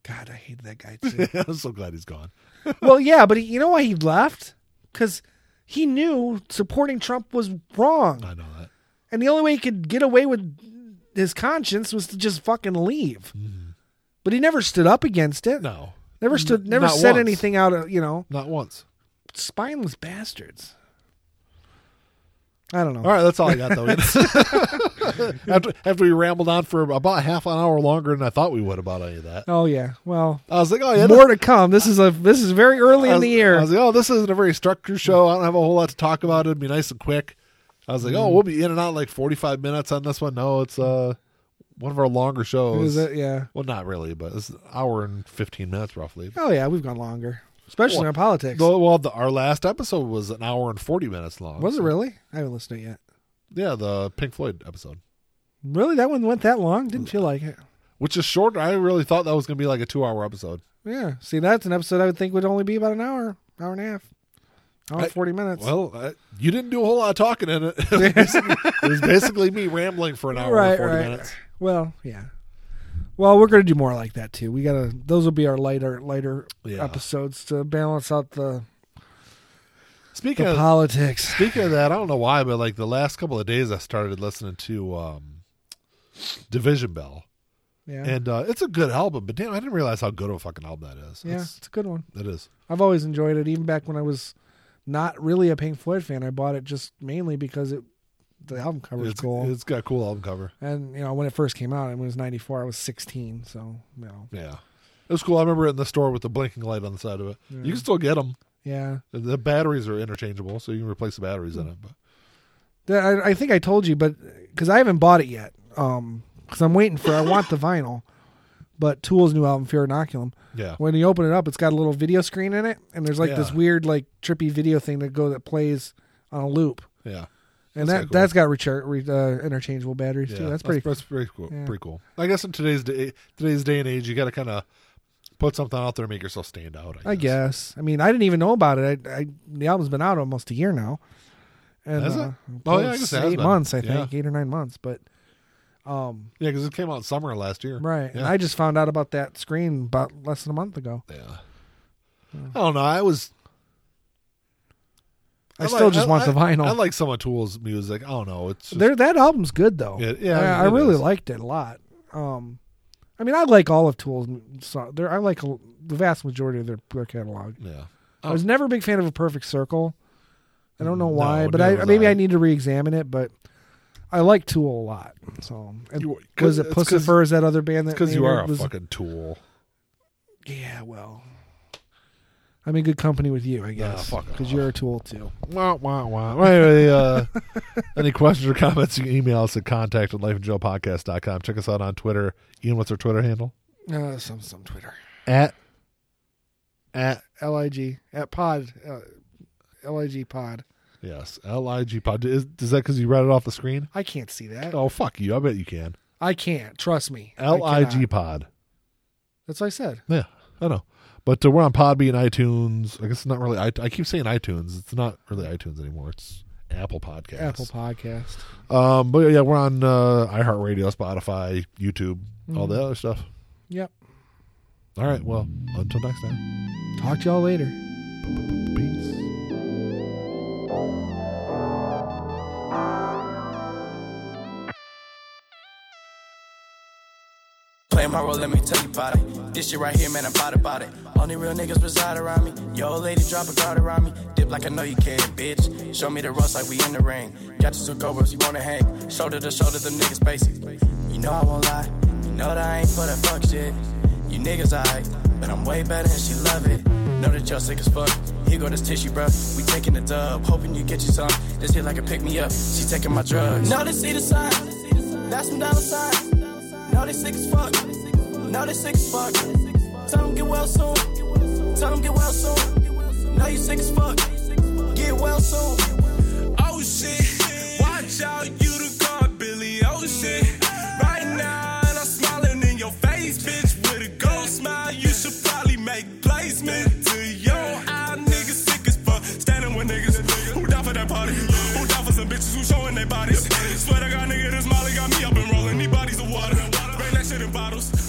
God, I hate that guy too. I'm so glad he's gone. well, yeah, but he, you know why he left? Because he knew supporting Trump was wrong, I know that. and the only way he could get away with his conscience was to just fucking leave. But he never stood up against it. Mm-hmm. No, Never stood. Never not said once. anything out of you know not once. spineless bastards. I don't know. All right, that's all I got though. after, after we rambled on for about half an hour longer than I thought we would about any of that, Oh yeah. Well, I was like, oh yeah, more to come. This is a this is very early I in was- the year. I was like, oh, this isn't a very structured show. I don't have a whole lot to talk about. It'd be nice and quick. I was like, Mm. oh, we'll be in and out in like forty-five minutes on this one. No, it's uh one of our longer shows. Is it? Yeah. Well, not really, but it's an hour and fifteen minutes roughly. Oh yeah. We've gone longer, especially Well, on politics. Though, well, the, our last episode was an hour and forty minutes long. Was it so- really? I haven't listened to it yet. Yeah, the Pink Floyd episode, Really, that one went that long? Didn't feel like it. which is shorter. I really thought that was going to be like a two-hour episode. Yeah. See, that's an episode I would think would only be about an hour, hour and a half. Oh, I- 40 minutes. Well, uh, you didn't do a whole lot of talking in it. It was basically, it was basically me rambling for an hour Right, and 40 right. minutes. Well, yeah. Well, we're gonna do more like that too. We gotta; those will be our lighter, lighter Yeah. episodes to balance out the, Speaking the of politics. speaking of that, I don't know why, but like the last couple of days, I started listening to um, Division Bell, Yeah, and uh, it's a good album. But damn, I didn't realize how good of a fucking album that is. yeah, It's- it's a good one. That is. I've always enjoyed it, even back when I was not really a Pink Floyd fan. I bought it just mainly because it, the album cover was It's, cool, it's got a cool album cover. and you know when it first came out, it was '94. I was 16, so you know, Yeah. It was cool. I remember it in the store with the blinking light on the side of it. You can still get them. yeah. The batteries are interchangeable, so you can replace the batteries in it. But That- I, I think I told you, but because I haven't bought it yet, Um because I'm waiting for I want the vinyl. But Tool's new album, Fear Inoculum, yeah, when you open it up, it's got a little video screen in it, and there's like this Yeah. weird, like trippy video thing that go that plays on a loop, yeah, That's and that kinda cool. that's got rechar- re, uh, interchangeable batteries yeah. too. That's pretty. That's pretty cool. Yeah. Pretty cool. I guess in today's day, today's day and age, you got to kind of put something out there to make yourself stand out. I guess. I guess. I mean, I didn't even know about it. I, I the album's been out almost a year now, and Has it? uh, Oh, yeah, I it's guess it has eight been. months, I Yeah. think, eight or nine months. But um, Yeah, because it came out in summer last year. right, and Yeah. I just found out about that screen about less than a month ago. yeah. I don't know. I was. I, still like- just want I- the vinyl. I like some of Tool's music. I don't know. It's just, There, that album's good though. Yeah, yeah, I, I it really is. liked it a lot. Um, I mean, I like all of Tool's. So there, I like a, the vast majority of their, their catalog. yeah. I was never a big fan of a Perfect Circle. I don't know Oh. No, why, but neither I was maybe I. I. need to re-examine it. But I like Tool a lot. So and You- was it it's 'cause- Pussifer? Is that other band that? Because you Maynard are a was, fucking tool. Yeah, well, I'm in good company with you, I guess, fuck because you're a Tool too. Wah, wah, wah. Well, anyway, uh, any questions or comments, you can email us at contact at lifeandjoepodcast.com. Check us out on Twitter. Ian, what's our Twitter handle? Uh, some some Twitter. At, at, Lig at pod. Uh, Lig pod. yes, L-I-G pod. Is, is that because you read it off the screen? I can't see that. Oh, fuck you. I bet you can. I can't. Trust me. I L-I-G cannot. pod. That's what I said. Yeah, I know. But uh, we're on Podbean, iTunes. I guess it's not really, I, I keep saying iTunes. It's not really iTunes anymore. It's Apple Podcasts. Apple Podcast. Um, but yeah, we're on uh, iHeartRadio, Spotify, YouTube, all the other stuff. Yep. All right. Well, until next time. Talk to y'all later. Peace. Play my role, let me tell you about it. This shit right here, man, I'm about about it. Only real niggas reside around me. Yo, old lady, drop a guard around me. Dip like I know you can, bitch. Show me the ropes like we in the ring. Got you two cobras, you wanna hang. Shoulder to shoulder, them niggas basic. You know I won't lie. You know that I ain't for that fuck shit. You niggas alright, but I'm way better and she love it. Know that y'all sick as fuck. Here go this tissue, bruh. We taking the dub, hoping you get you some. This hit like a pick me up. She taking my drugs. Know they see the sign. That's some dollar sign. No, they sick as fuck. No, they sick as fuck. Tell them get well soon. Tell them get well soon. No, you sick as fuck. Get well soon. Oh shit, watch out, you the god, Billy Ocean. Right now, and I'm smiling in your face, bitch. With a gold smile, you should probably make placement. To your eye, niggas sick as fuck. Standing with niggas who down for that party, who down for some bitches who showing their bodies. Swear to God, nigga, this Molly got me up and rolling. These bodies of water, bring that shit in bottles.